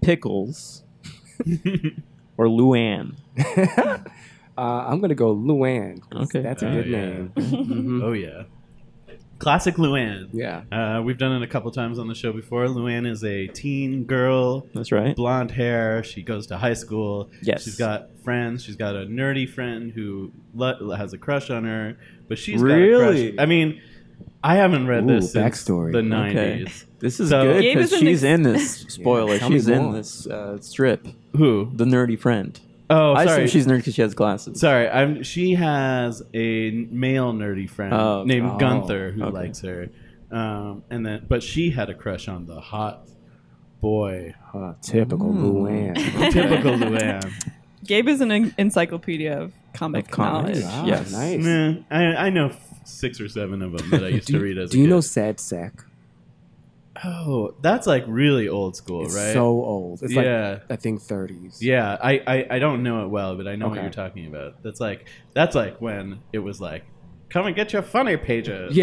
C: pickles, or Luann.
E: Uh, I'm gonna go Luann.
C: Okay. Mm-hmm.
E: That's a
B: Oh,
E: good
B: yeah.
E: name.
B: Oh, yeah. Classic Luann.
E: Yeah.
B: Uh, we've done it a couple times on the show before. Luann is a teen girl,
C: That's right.
B: blonde hair. She goes to high school.
C: Yes.
B: She's got friends. She's got a nerdy friend who lo- has a crush on her, but she's got a
C: Really?
B: crush. I mean, I haven't read
E: Ooh,
B: this since
E: backstory.
B: the
E: Okay.
B: 90s.
C: This is
B: So-
C: good
D: Gabe
C: because
D: is in
C: she's
D: this-
C: in this spoiler.
E: tell me
C: she's in
E: more.
C: this uh, strip.
B: Who?
C: The nerdy friend.
B: Oh,
C: I
B: sorry.
C: assume she's nerd because she has glasses.
B: sorry. I'm, she has a male nerdy friend
C: Oh, okay.
B: named
E: Oh,
B: Gunther who
C: okay.
B: likes her, um, and then but she had a crush on the hot boy,
C: Hmm.
E: Uh, typical Luann.
B: typical Luann.
D: Gabe is an en- encyclopedia of comic
C: Of comics.
D: knowledge.
C: Wow. Yes.
E: nice.
B: Nah, I, I know f- six or seven of them that I used
E: Do,
B: to read as.
E: do
B: a
E: you
B: kid.
E: know Sad Sack?
B: Oh, that's like really old school,
E: It's
B: right?
E: so old. It's
B: Yeah.
E: like I think 30s.
B: yeah, I, I I don't know it well, but I know what
E: Okay.
B: you're talking about. That's like that's like when it was like, come and get your funny pages.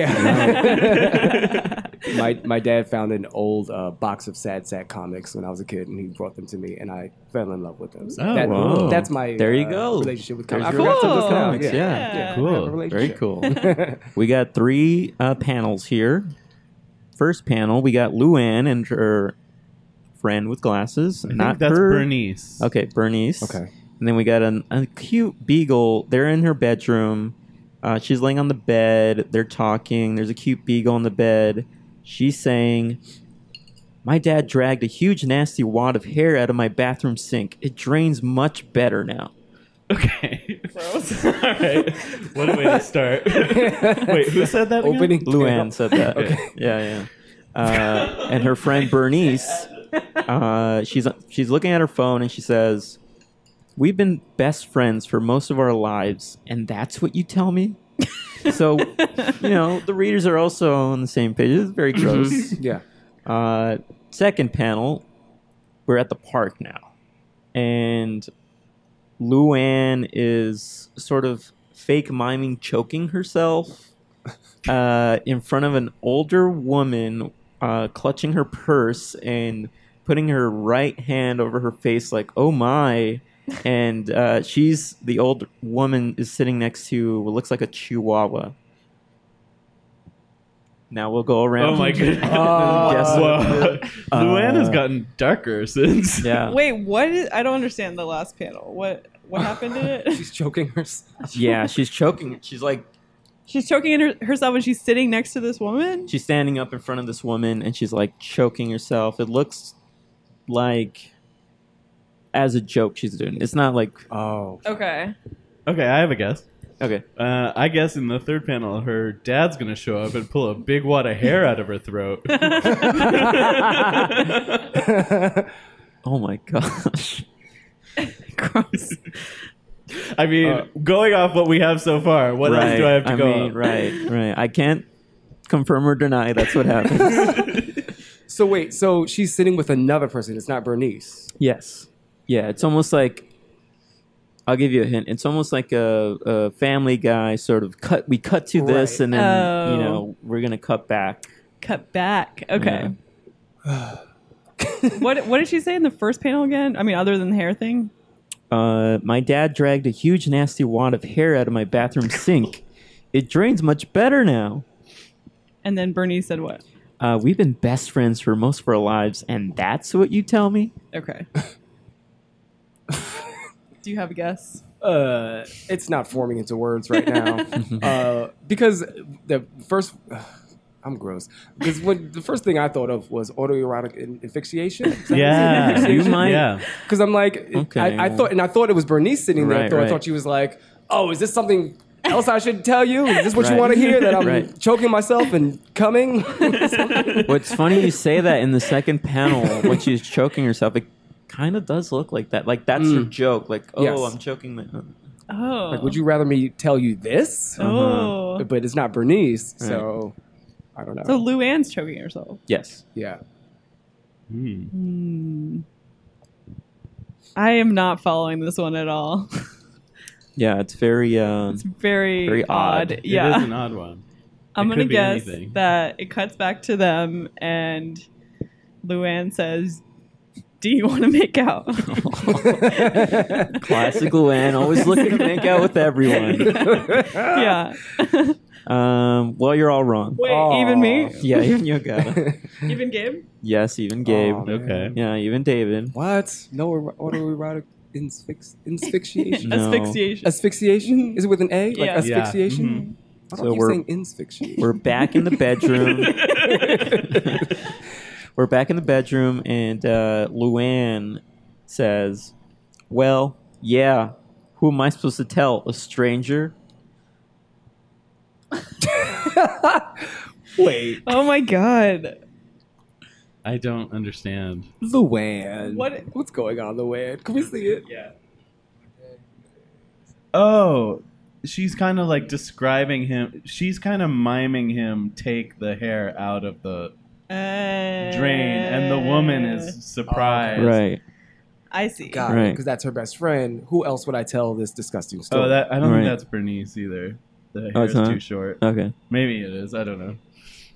E: Yeah. my my dad found an old uh, box of Sad Sack comics when I was a kid, and he brought them to me, and I fell in love with them. So
B: Oh,
E: that-
C: wow.
E: that's my
C: There you
E: uh,
C: go.
E: relationship with
C: There's
E: comics. I
C: your
E: forgot to
D: relationship with
E: look it
C: comics,
E: up. Yeah,
C: yeah.
D: Yeah.
E: I have a
B: Cool.
C: Very
E: relationship.
C: cool. we got three uh, panels here. First panel, we got Luann and her friend with glasses.
B: I
C: Not
B: think that's
C: her.
B: Bernice.
C: Okay, Bernice.
E: okay.
C: And then we got an, a cute beagle. They're in her bedroom. Uh, she's laying on the bed. They're talking. There's a cute beagle on the bed. She's saying, My dad dragged a huge, nasty wad of hair out of my bathroom sink. It drains much better now.
B: Okay. All right. What a way to start. Wait, who said that? again?
E: Opening
C: Luann said that.
B: Okay.
C: Yeah, yeah. Uh, and her friend Bernice, uh, she's she's looking at her phone and she says, "We've been best friends for most of our lives, and that's what you tell me." so, you know, the readers are also on the same page. It's very
E: Mm-hmm.
C: gross.
E: Yeah.
C: uh, second panel, we're at the park now, and Luann is sort of fake miming choking herself uh, in front of an older woman uh, clutching her purse and putting her right hand over her face, like, oh my. And uh, she's the old woman is sitting next to what looks like a chihuahua. Now we'll go around.
B: Oh my goodness.
C: Uh, Guess what
B: Whoa. Luann has
C: Uh,
B: gotten darker since.
C: Yeah.
D: Wait, what is? I don't understand the last panel. What what happened in it?
E: She's choking herself.
C: Yeah, she's choking. She's like
D: she's choking in her, herself, and she's sitting next to this woman.
C: she's standing up in front of this woman and she's like choking herself. It looks like as a joke she's doing. it. It's not like
E: Oh.
D: Okay.
B: Okay, I have a guess.
C: okay.
B: Uh, I guess in the third panel, her dad's gonna show up and pull a big wad of hair out of her throat.
C: Oh my gosh.
D: Gross.
B: I mean,
C: Uh,
B: going off what we have so far, what else do I have to go?
C: mean,
B: on?
C: right, right. I can't confirm or deny that's what happens.
E: So wait, so she's sitting with another person. It's not Bernice.
C: yes. Yeah, it's almost like I'll give you a hint. It's almost like a, a family guy sort of cut we cut to this
E: Right.
C: and then
D: Oh.
C: you know, we're gonna cut back.
D: Cut back. Okay. what what did she say in the first panel again? I mean, other than the hair thing.
C: Uh, my dad dragged a huge, nasty wad of hair out of my bathroom sink. It drains much better now.
D: And then Bernie said what?
C: Uh, we've been best friends for most of our lives, and that's what you tell me?
D: Okay. Do you have a guess?
E: Uh, it's not forming into words right now uh, because the first. I'm gross. Because when the first thing I thought of was autoerotic in- asphyxiation.
B: Yeah,
C: You might-
B: Yeah,
E: Because I'm like,
C: Okay.
E: I, I thought, and I thought it was Bernice sitting there.
C: Right,
E: so I
C: right.
E: thought she was like, "Oh, is this something else I should tell you? Is this what
C: Right.
E: you want to hear? That I'm
C: Right.
E: choking myself and coming?"
C: What's funny you say that in the second panel when she's choking herself. It kind of does look like that. Like, that's her joke. Like, oh,
E: Yes.
C: I'm choking my.
D: Oh.
E: like, would you Uh-huh. rather me tell you this?
D: Oh.
C: Uh-huh.
E: But it's not Bernice, so I don't know.
D: So Lou Ann's choking herself.
C: Yes.
E: yeah,
D: I am not following this one at all.
C: Yeah, it's very. Uh,
D: Very,
C: Very odd.
D: odd.
C: It
B: it
D: Yeah.
B: is an odd one.
D: I'm
B: it
D: gonna
B: could be
D: guess
B: anything.
D: that it cuts back to them and Luann says, Do you want to make out?
C: classical and always looking to make out with everyone.
D: yeah.
C: Um, well, you're all wrong.
D: Wait,
E: Aw.
D: even me?
C: Yeah, even you got it.
D: Even Gabe?
C: Yes, even Gabe.
E: Aw, man.
B: Okay.
C: Yeah, even David.
E: What? No er- autoerotic insphyx- asphyxiation.
C: No.
D: Asphyxiation.
E: asphyxiation is it with an A? Like
D: Mm-hmm.
B: Yeah.
D: Yeah.
E: asphyxiation.
B: Mhm.
E: I
C: Mm-hmm. So
E: don't
C: we're-
E: keep saying insfixiation.
C: We're back in the bedroom. We're back in the bedroom, and uh, Luann says, Well, yeah, who am I supposed to tell? A stranger?
E: Wait,
D: Oh my god.
B: I don't understand.
E: Luann.
D: What-
E: What's going on, Luann? Can we see it? Yeah.
B: Oh, she's kind of like describing him. She's kind of miming him take the hair out of the drain, and the woman is surprised.
C: Right.
D: I see.
E: Got
C: Right.
E: Because that's her best friend. Who else would I tell this disgusting story?
B: Oh, that I don't
C: Right.
B: think that's Bernice either. The
C: Oh,
B: hair is
C: it's not?
B: too short.
C: Okay.
B: Maybe it is. I don't know.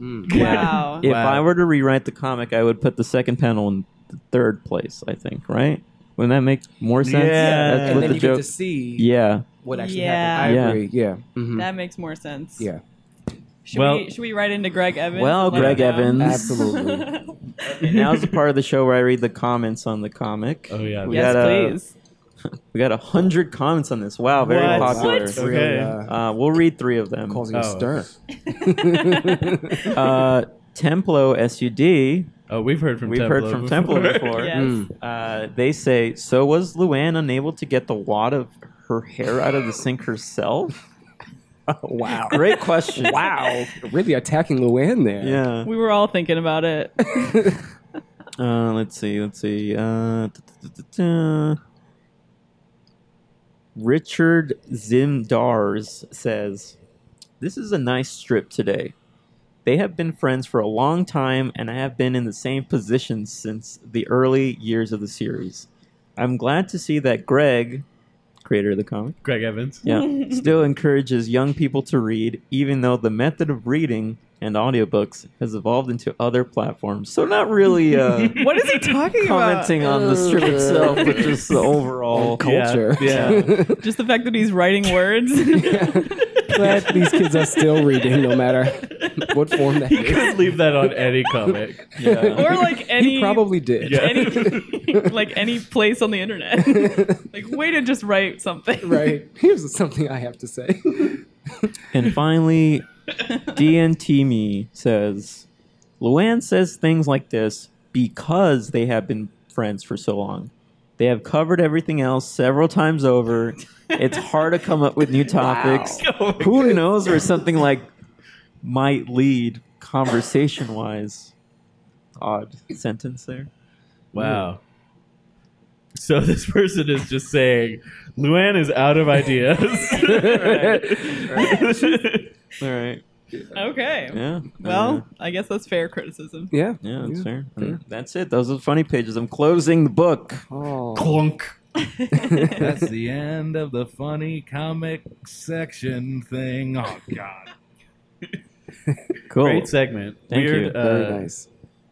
E: Mm.
D: Wow.
C: If
B: Wow.
C: I were to rewrite the comic, I would put the second panel in the third place. I think. Right? Wouldn't that make more sense?
B: Yeah.
C: That's
E: And
C: what
E: then
C: the
E: you
C: joke.
E: get to see
C: yeah.
E: what actually
D: Yeah.
E: happened. I
C: Yeah.
E: agree. Yeah. Mhm.
D: That makes more sense.
E: Yeah.
D: Should,
B: Well-
D: we, should we write into Greg Evans?
C: Well,
D: and let
C: Greg
D: him know?
C: Evans.
E: Absolutely.
C: And now's the part of the show where I read the comments on the comic.
B: Oh yeah.
C: We
D: yes,
C: got a-
D: please.
C: We got a hundred comments on this. Wow, very
B: What?
C: popular.
E: It's
B: What?
E: really,
B: Okay.
E: uh,
C: Uh, we'll read three of them.
E: causing a
B: Oh.
E: stir.
C: Uh, Templo SUD.
B: Oh, we've heard from
C: We've
B: Templo
C: heard from Templo before.
D: Yes.
C: Uh, they say, so was Luann unable to get the wad of her hair out of the sink herself?
E: wow.
C: Great question.
E: wow. Really attacking Luann there.
C: Yeah.
D: We were all thinking about it.
C: Uh, let's see. Let's see. Uh, da-da-da-da-da. Richard Zimdars says, This is a nice strip today. They have been friends for a long time, and I have been in the same position since the early years of the series. I'm glad to see that Greg, creator of the comic,
B: Greg Evans.
C: yeah, still encourages young people to read, even though the method of reading and audiobooks has evolved into other platforms. So, not really. Uh,
D: What is he talking about?
C: commenting on the strip itself, but just the overall.
E: Culture.
B: Yeah. yeah.
D: Just the fact that he's writing words.
E: Glad these kids are still reading, no matter what form that
B: he
E: is.
B: could leave that on any comic.
C: Yeah.
D: or like any
E: He probably did.
B: Yeah.
D: any like any place on the internet. like way to just write something.
E: Right. Here's something I have to say.
C: And finally, DNT me says, Luann says things like this because they have been friends for so long. They have covered everything else several times over. It's hard to come up with new topics.
D: Oh
C: Who knows where something like might lead conversation wise? Odd sentence there.
B: Wow. So this person is just saying, Luann is out of ideas.
C: All right.
D: Okay.
C: Yeah.
D: Well, I guess that's fair criticism.
E: Yeah.
C: Yeah, that's fair. And That's it. Those are the funny pages. I'm closing the book.
E: Oh.
B: Clunk. That's the end of the funny comic section thing. Oh God!
C: Cool.
B: Great segment.
C: Thank you.
B: weird, Uh,
E: Very nice.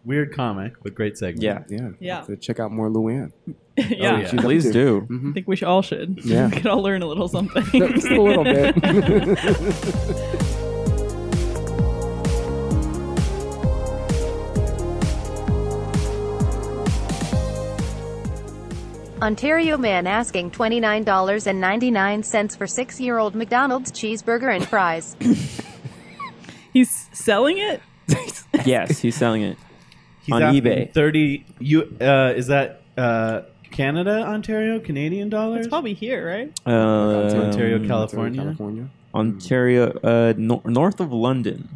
B: Weird comic, but great segment.
C: Yeah.
E: Yeah.
D: Yeah.
E: So check out more Luann.
D: yeah.
B: yeah.
E: She's up
C: Please
E: to-
C: do.
D: I think we should, all should.
E: Oh, Yeah.
D: We could all learn a little something.
E: Just a little bit.
F: Ontario man asking $29.99 for six year old McDonald's cheeseburger and fries.
D: He's selling it?
C: Yes, he's selling it.
B: He's
C: On
B: asking
C: eBay.
B: Thirty. You uh, is that uh, Canada, Ontario, Canadian dollars?
D: It's probably here, right?
C: Uh,
B: Ontario,
C: um,
B: California.
E: California.
C: Ontario, uh, nor- north of London.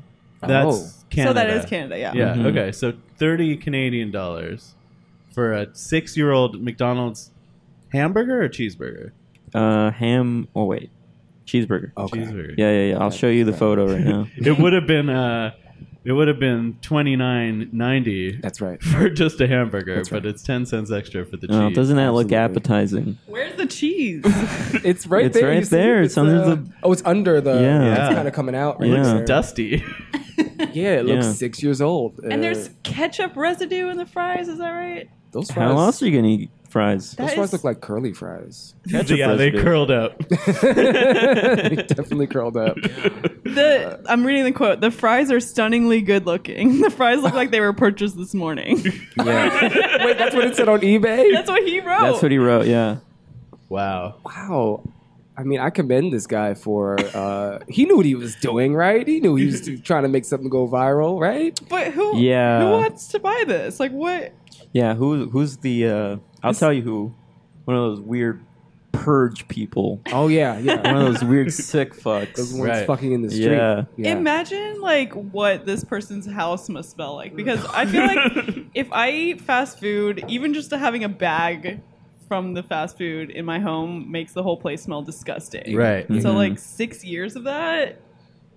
C: Oh.
B: That's Canada.
D: So that is Canada, yeah.
B: Yeah.
C: Mhm.
B: Okay. So thirty Canadian dollars for a six-year-old McDonald's hamburger or cheeseburger?
C: Uh, ham. Oh wait, cheeseburger.
E: Okay.
B: Cheeseburger.
C: Yeah, yeah, yeah. I'll show you the photo right now.
B: It would have been. Uh, it would have been twenty nine ninety
E: That's right.
B: for just a hamburger,
E: That's right.
B: but it's ten cents extra for the cheese.
C: Oh, doesn't that look
E: Absolutely.
C: appetizing?
D: Where's the cheese?
E: It's right
C: It's
E: there.
C: right
E: you see?
C: there. It's under
E: uh,
C: the-
E: Oh, it's under the.
C: Yeah.
E: Yeah.
B: Yeah.
E: It's kind of coming out. Right
C: It looks
E: there.
B: Dusty.
E: Yeah, it looks
C: Yeah.
E: six years old. Uh,
D: and there's ketchup residue in the fries, is that right?
E: those fries.
C: How else are you gonna eat fries?
E: Those
D: That
E: fries
D: is-
E: look like curly fries.
B: yeah, they
C: residue.
B: curled up.
E: they definitely curled up.
D: The I'm reading the quote. The fries are stunningly good looking. The fries look like they were purchased this morning.
E: Yeah. Wait, that's what it said on eBay?
D: That's what he wrote.
C: That's what he wrote. Yeah.
B: Wow.
E: wow. I mean, I commend this guy for. Uh, he knew what he was doing, right? He knew he was trying to make something go viral, right?
D: but who?
C: Yeah.
D: Who wants to buy this? Like what?
C: Yeah, who who's the uh I'll tell you who. One of those weird purge people.
E: Oh, yeah,
C: One
E: yeah.
C: of those weird sick
E: Those
C: fucks.
E: ones
B: Right.
E: fucking in the street.
C: Yeah.
D: Imagine like what this person's house must smell like because I feel like if I eat fast food, even just having a bag from the fast food in my home makes the whole place smell disgusting.
B: Right.
D: So
C: Mhm.
D: like six years of that,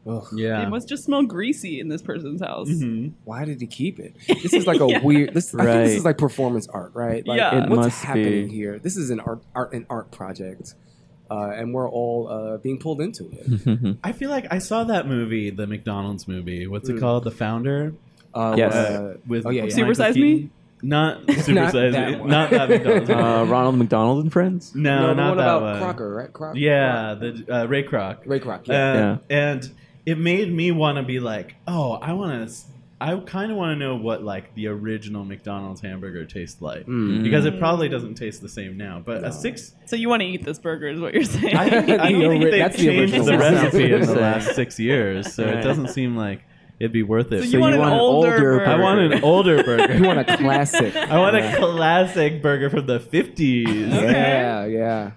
E: Ugh,
B: Yeah.
D: it must just smell greasy in this person's house.
B: Mhm.
E: why did he keep it? This is like a weird. This, I think this
C: Right.
E: is like performance art, right? Like,
D: Yeah. It
E: what's
C: must
E: happening
C: be.
E: here? This is an art, art, an art project, uh, and we're all uh, being pulled into it.
B: I feel like I saw that movie, the McDonald's movie. What's it
E: Mm.
B: called? The Founder.
E: Uh,
C: Yes.
E: uh,
B: with
E: oh, yeah, yeah.
D: Super
B: Michael
D: Size
B: Keaton.
D: Me?
B: Not Super
E: Not
B: Size
E: that
B: Me.
E: one.
B: Not that McDonald's. movie.
C: uh, Ronald McDonald and friends.
B: no,
E: no, the
B: not
E: one
B: that
E: about
B: one.
E: Crocker, right? Crocker.
B: Yeah, the uh, Ray Kroc.
E: Ray Croc. Yeah.
B: Uh, And it made me want to be like, oh, I want to. I kind of want to know what like the original McDonald's hamburger tastes like
E: Mm.
B: because it probably doesn't taste the same now. But
E: No.
B: a six,
D: So you want to eat this burger is what you're saying.
B: I, think- I
E: The
B: don't think
E: ori-
B: they've
E: that's the
B: changed
E: original
B: the
E: one.
B: recipe in the
C: Yeah.
B: last six years, so it
C: Right.
B: doesn't seem like it'd be worth it.
D: so you
C: you
D: want an
C: want an
D: older,
C: older
D: burger.
B: I want an older burger.
E: You want a classic?
B: I want a classic burger from the fifties. Um,
E: yeah, yeah.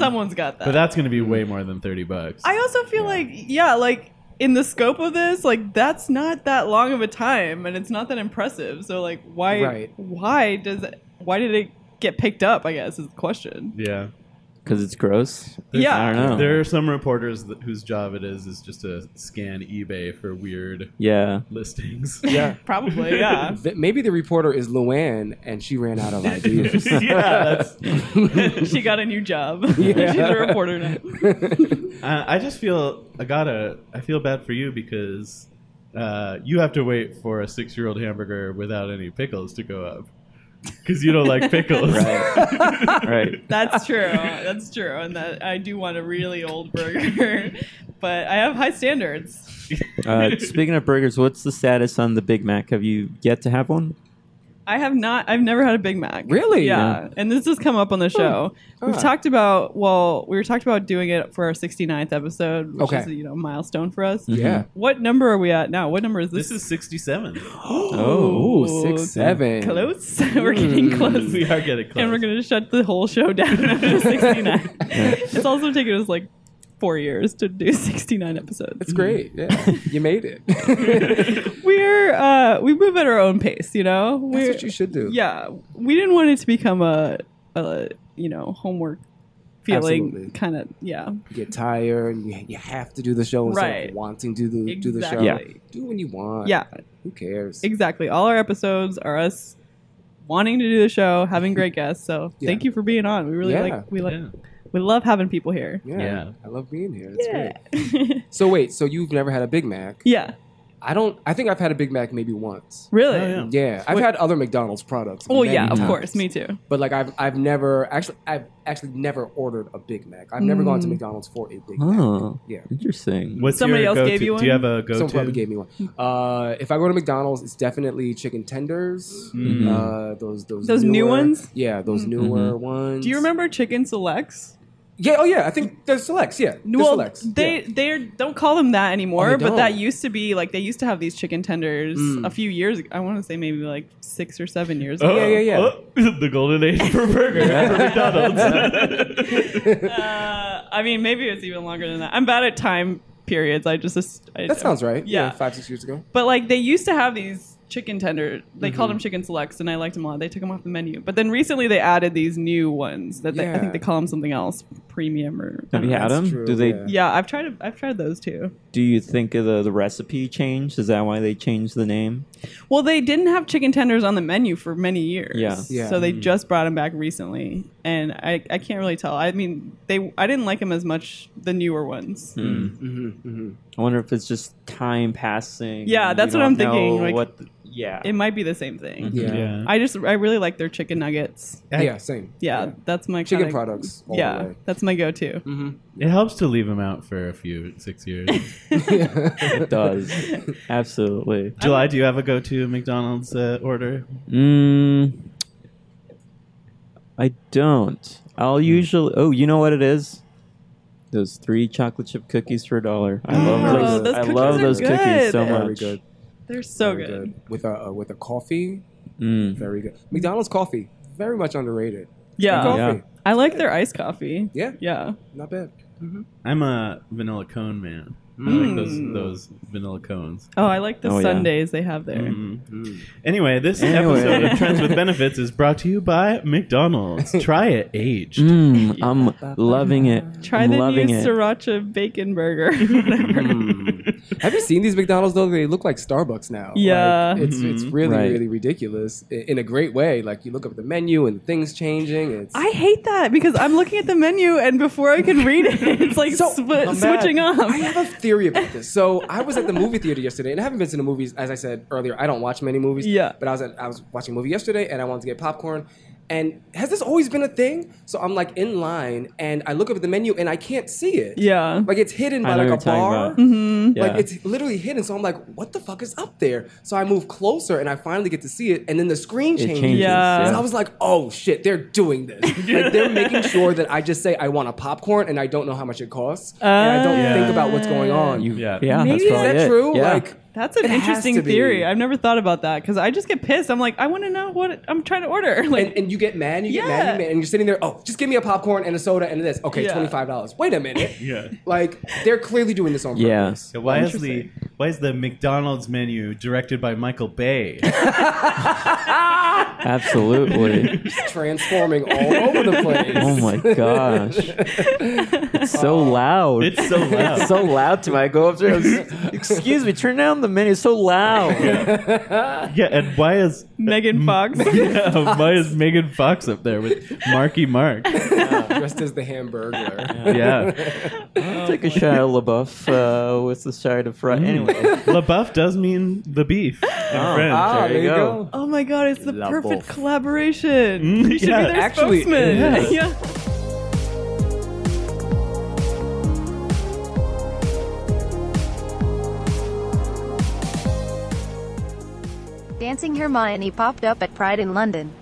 D: Someone's got that.
B: But that's going to be way more than 30 bucks.
D: I also feel like yeah, like in the scope of this, like that's not that long of a time, and it's not that impressive. So like, why
E: Right.
D: why does it, why did it get picked up? I guess is the question.
B: yeah.
C: Because it's gross.
D: Yeah.
C: I don't know.
B: There are some reporters that, whose job it is is just to scan eBay for weird
C: yeah.
B: listings.
E: Yeah.
D: Probably yeah.
E: Th- Maybe the reporter is Luann, and she ran out of ideas.
B: yeah, that's, uh,
D: she got a new job.
E: Yeah.
D: She's a reporter now.
B: I I just feel I gotta. I feel bad for you because uh, you have to wait for a six-year-old hamburger without any pickles to go up because you don't like pickles.
C: Right.
D: That's true. That's true. And that I do want a really old burger, but I have high standards.
C: Uh, speaking of burgers, what's the status on the Big Mac? Have you yet to have one?
D: I have not. I've never had a Big Mac.
E: Really?
D: Yeah. And this has come up on the show. We've
E: Ah.
D: talked about. Well, we were talked about doing it for our 69th episode, which
E: Okay. Mm-hmm.
D: is you know a milestone for us.
E: yeah.
D: What number are we at now? What number is this?
B: This is sixty-seven.
E: Ooh,
D: oh,
E: six, seven. Mm.
D: Close. we're getting close.
B: we are getting close.
D: And we're gonna shut the whole show down after 69. it's also taken us like four years to do 69 episodes.
E: It's great. Yeah, you made it.
D: We're uh, we move at our own pace, you know.
E: That's
D: We're,
E: what you should do.
D: yeah, we didn't want it to become a, a you know homework
E: Absolutely.
D: feeling kind of yeah
E: You get tired, and you, you have to do the show instead
D: Right.
E: of wanting to do the, do the show.
D: exactly.
E: Do when you want.
D: Yeah,
E: Who cares?
D: exactly. All our episodes are us wanting to do the show, having great guests. So
E: Yeah.
D: thank you for being on. We really
E: Yeah.
D: like we like
B: Yeah.
D: we love having people here.
E: Yeah.
B: Yeah.
E: I love being here. It's great. so wait, so you've never had a Big Mac?
D: Yeah,
E: I don't. I think I've had a Big Mac maybe once.
D: really.
B: Oh, yeah.
E: Yeah, I've had other McDonald's products.
D: Oh
E: many
D: yeah, of
E: times.
D: course, me too.
E: But like I've I've never actually I've actually never ordered a Big Mac. I've never gone
D: Mm.
E: to McDonald's for a Big Mac.
C: Oh,
E: Yeah.
C: interesting.
B: What's
D: Somebody
B: your
D: else
B: go-to?
D: gave you
B: Do you
D: one?
B: have a go-to?
E: Someone probably gave me one. Uh, if I go to McDonald's, it's definitely chicken tenders.
B: Mhm.
E: Uh, those those
D: Those new
E: newer-
D: ones?
E: Yeah, those newer ones.
D: Do you remember Chicken Selects?
E: Yeah. Oh yeah. I think they're selects. Yeah. They're
D: well,
E: selects.
D: they
E: Yeah.
D: they don't call them that anymore,
E: Oh, they
D: but that
E: don't.
D: used to be like they used to have these chicken tenders
E: Mm.
D: a few years. ago. I want to say maybe like six or seven years
B: Oh,
D: ago.
E: yeah, yeah.
B: oh, the golden age for burger for McDonald's.
D: Uh, I mean, maybe it's even longer than that. I'm bad at time periods. I just I,
E: That sounds right.
D: Yeah.
E: Yeah. Five six years ago.
D: But like they used to have these chicken tender. They called
E: Mm-hmm.
D: them chicken selects, and I liked them a lot. They took them off the menu, but then recently they added these new ones that they, I
E: Yeah.
D: think they call them something else, premium or.
C: Have you had
E: That's
C: them?
E: true,
C: do they?
E: yeah.
D: Yeah, I've tried. I've tried those too.
C: Do you think of the the recipe changed? Is that why they changed the name?
D: Well, they didn't have chicken tenders on the menu for many years.
C: Yeah. Mm-hmm.
E: Yeah.
D: So they just brought them back recently, and I, I can't really tell. I mean, they I didn't like them as much the newer ones.
E: Mm-hmm, mm-hmm.
C: I wonder if it's just time passing.
D: Yeah,
C: and
D: that's
C: you
D: what I'm
C: don't know
D: thinking, like-
C: what? the- yeah.
D: It might be the same thing.
C: Mm-hmm.
E: Yeah. yeah.
B: yeah.
D: I just I really like their chicken nuggets.
E: Same.
D: Yeah, that's my
E: Chicken
D: kinda-
E: products. All
D: yeah,
E: The way.
D: that's my go-to.
B: It helps to leave them out for a few six years.
C: it does. Absolutely.
B: July, do you have a go-to McDonald's uh, order?
C: Mm, I don't. I'll usually. Oh, you know what it is? Those three chocolate chip cookies for a dollar. I love
E: Oh,
C: those.
D: those
C: I
D: cookies
C: love
D: are
C: those
D: good.
C: cookies so
E: Very
C: much.
E: good.
D: They're so
E: Very
D: good.
E: With a uh, with a coffee.
C: Mm.
E: Very good. McDonald's coffee. Very much underrated.
D: Yeah.
E: Coffee.
C: Yeah.
D: I like their iced coffee.
E: Yeah.
D: Yeah.
E: Not bad.
B: I'm a vanilla cone man. I
C: Hmm.
B: like those those vanilla cones.
D: Oh, I like the
C: Oh, yeah. Mm-hmm.
D: Sundays they have there.
B: Anyway, this
C: Anyway.
B: episode of Trends with Benefits is brought to you by McDonald's. Try it aged.
C: Mm, I'm loving it.
D: Try
C: I'm
D: the
C: loving
D: new
C: it.
D: sriracha bacon burger. Whatever.
E: Have you seen these McDonald's though? They look like Starbucks now.
D: Yeah.
E: Like, it's it's really
C: Mm-hmm. Right.
E: really ridiculous i- in a great way. Like you look up the menu and things changing. It's
D: I hate that because I'm looking at the menu and before I can read it, it's like swi- switching
E: I
D: up.
E: have a theory about this. So I was at the movie theater yesterday, and I haven't been to the movies. As I said earlier, I don't watch many movies.
D: Yeah.
E: But I was at, I was watching a movie yesterday, and I wanted to get popcorn. And has this always been a thing? So I'm like in line, and I look up at the menu, and I can't see it.
D: Yeah. Mm-hmm.
E: Like it's hidden by
C: I know
E: like a
C: what you're talking
E: bar.
C: about.
E: Like it's literally hidden. So I'm like, what the fuck is up there? So I move closer and I finally get to see it. And then the screen
C: It
E: changes.
C: changes.
D: Yeah.
E: And I was like, oh shit, they're doing this. like they're making sure that I just say I want a popcorn and I don't know how much it costs. and I don't
B: Ah.
E: think about what's going on.
C: You-
B: Yeah.
C: yeah,
D: Maybe-
C: that's
E: is
C: probably
E: that
C: it.
E: true?
C: Yeah.
E: Like
D: That's an
E: It has
D: interesting
E: to be.
D: theory. I've never thought about that because I just get pissed. I'm like, I want to know what I'm trying to order. Like,
E: and, and you get mad, you get mad, you
D: Yeah.
E: get mad, and you're sitting there, oh, just give me a popcorn and a soda and this. Okay,
D: Yeah.
E: $25. Wait a minute.
B: Yeah.
E: Like, they're clearly doing this on purpose.
C: yeah.
B: So why is the why is the McDonald's menu directed by Michael Bay?
C: Absolutely.
E: Transforming all over the place.
C: oh my gosh. It's so loud.
B: It's so loud.
C: It's so loud to my go up there. Excuse me, turn down the menu. It's so loud.
B: yeah, and why is
E: Mm.
D: Megan Fox.
B: yeah, why is Megan Fox up there with Marky Mark?
E: Dressed as the hamburgler.
B: Yeah.
C: Take a shot of LaBeouf uh, with the side of fry. Anyway,
B: LaBeouf does mean the beef in French.
E: Ah,
C: There you go.
D: oh my God, it's the
C: La
D: perfect
C: Wolf.
D: collaboration.
B: Mm,
D: you should
B: yeah,
D: be their
E: actually,
D: spokesman.
B: yeah.
D: yeah.
F: Dancing Hermione popped up at Pride in London.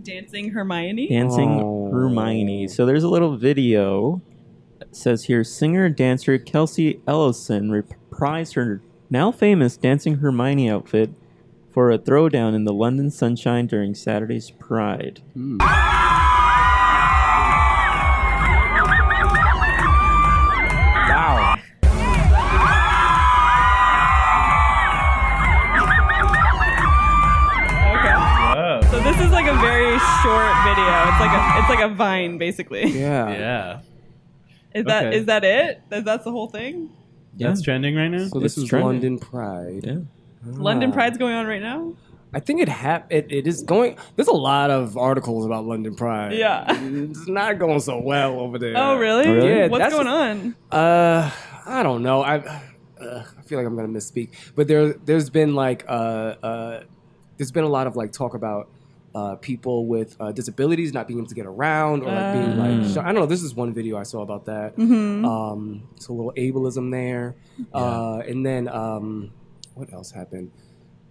D: Dancing Hermione.
C: dancing
E: Oh.
C: Hermione. So there's a little video. It says here, singer dancer Kelsey Ellison reprised her now famous dancing Hermione outfit for a throwdown in the London sunshine during Saturday's Pride.
D: Okay.
B: Oh,
D: So this is like a very short video. It's like a it's like a vine basically.
E: Yeah.
B: yeah.
D: Is that
B: Okay.
D: is that it? Is that's the whole thing?
B: That's trending right now?
E: So this
C: It's
E: is
C: trending.
E: London Pride.
C: Yeah.
D: London Pride's going on right now.
E: I think it hap- it, it is going. There's a lot of articles about London Pride.
D: Yeah.
E: It's not going so well over there.
D: Oh really?
C: Really?
E: Yeah,
D: What's
E: that's-
D: going on?
E: Uh, I don't know. I uh, I feel like I'm gonna misspeak, but there there's been like uh uh there's been a lot of like talk about. Uh, people with uh, disabilities not being able to get around, or like being like, so, I don't know. This is one video I saw about that. Um, so a little ableism there, uh, and then um, what else happened?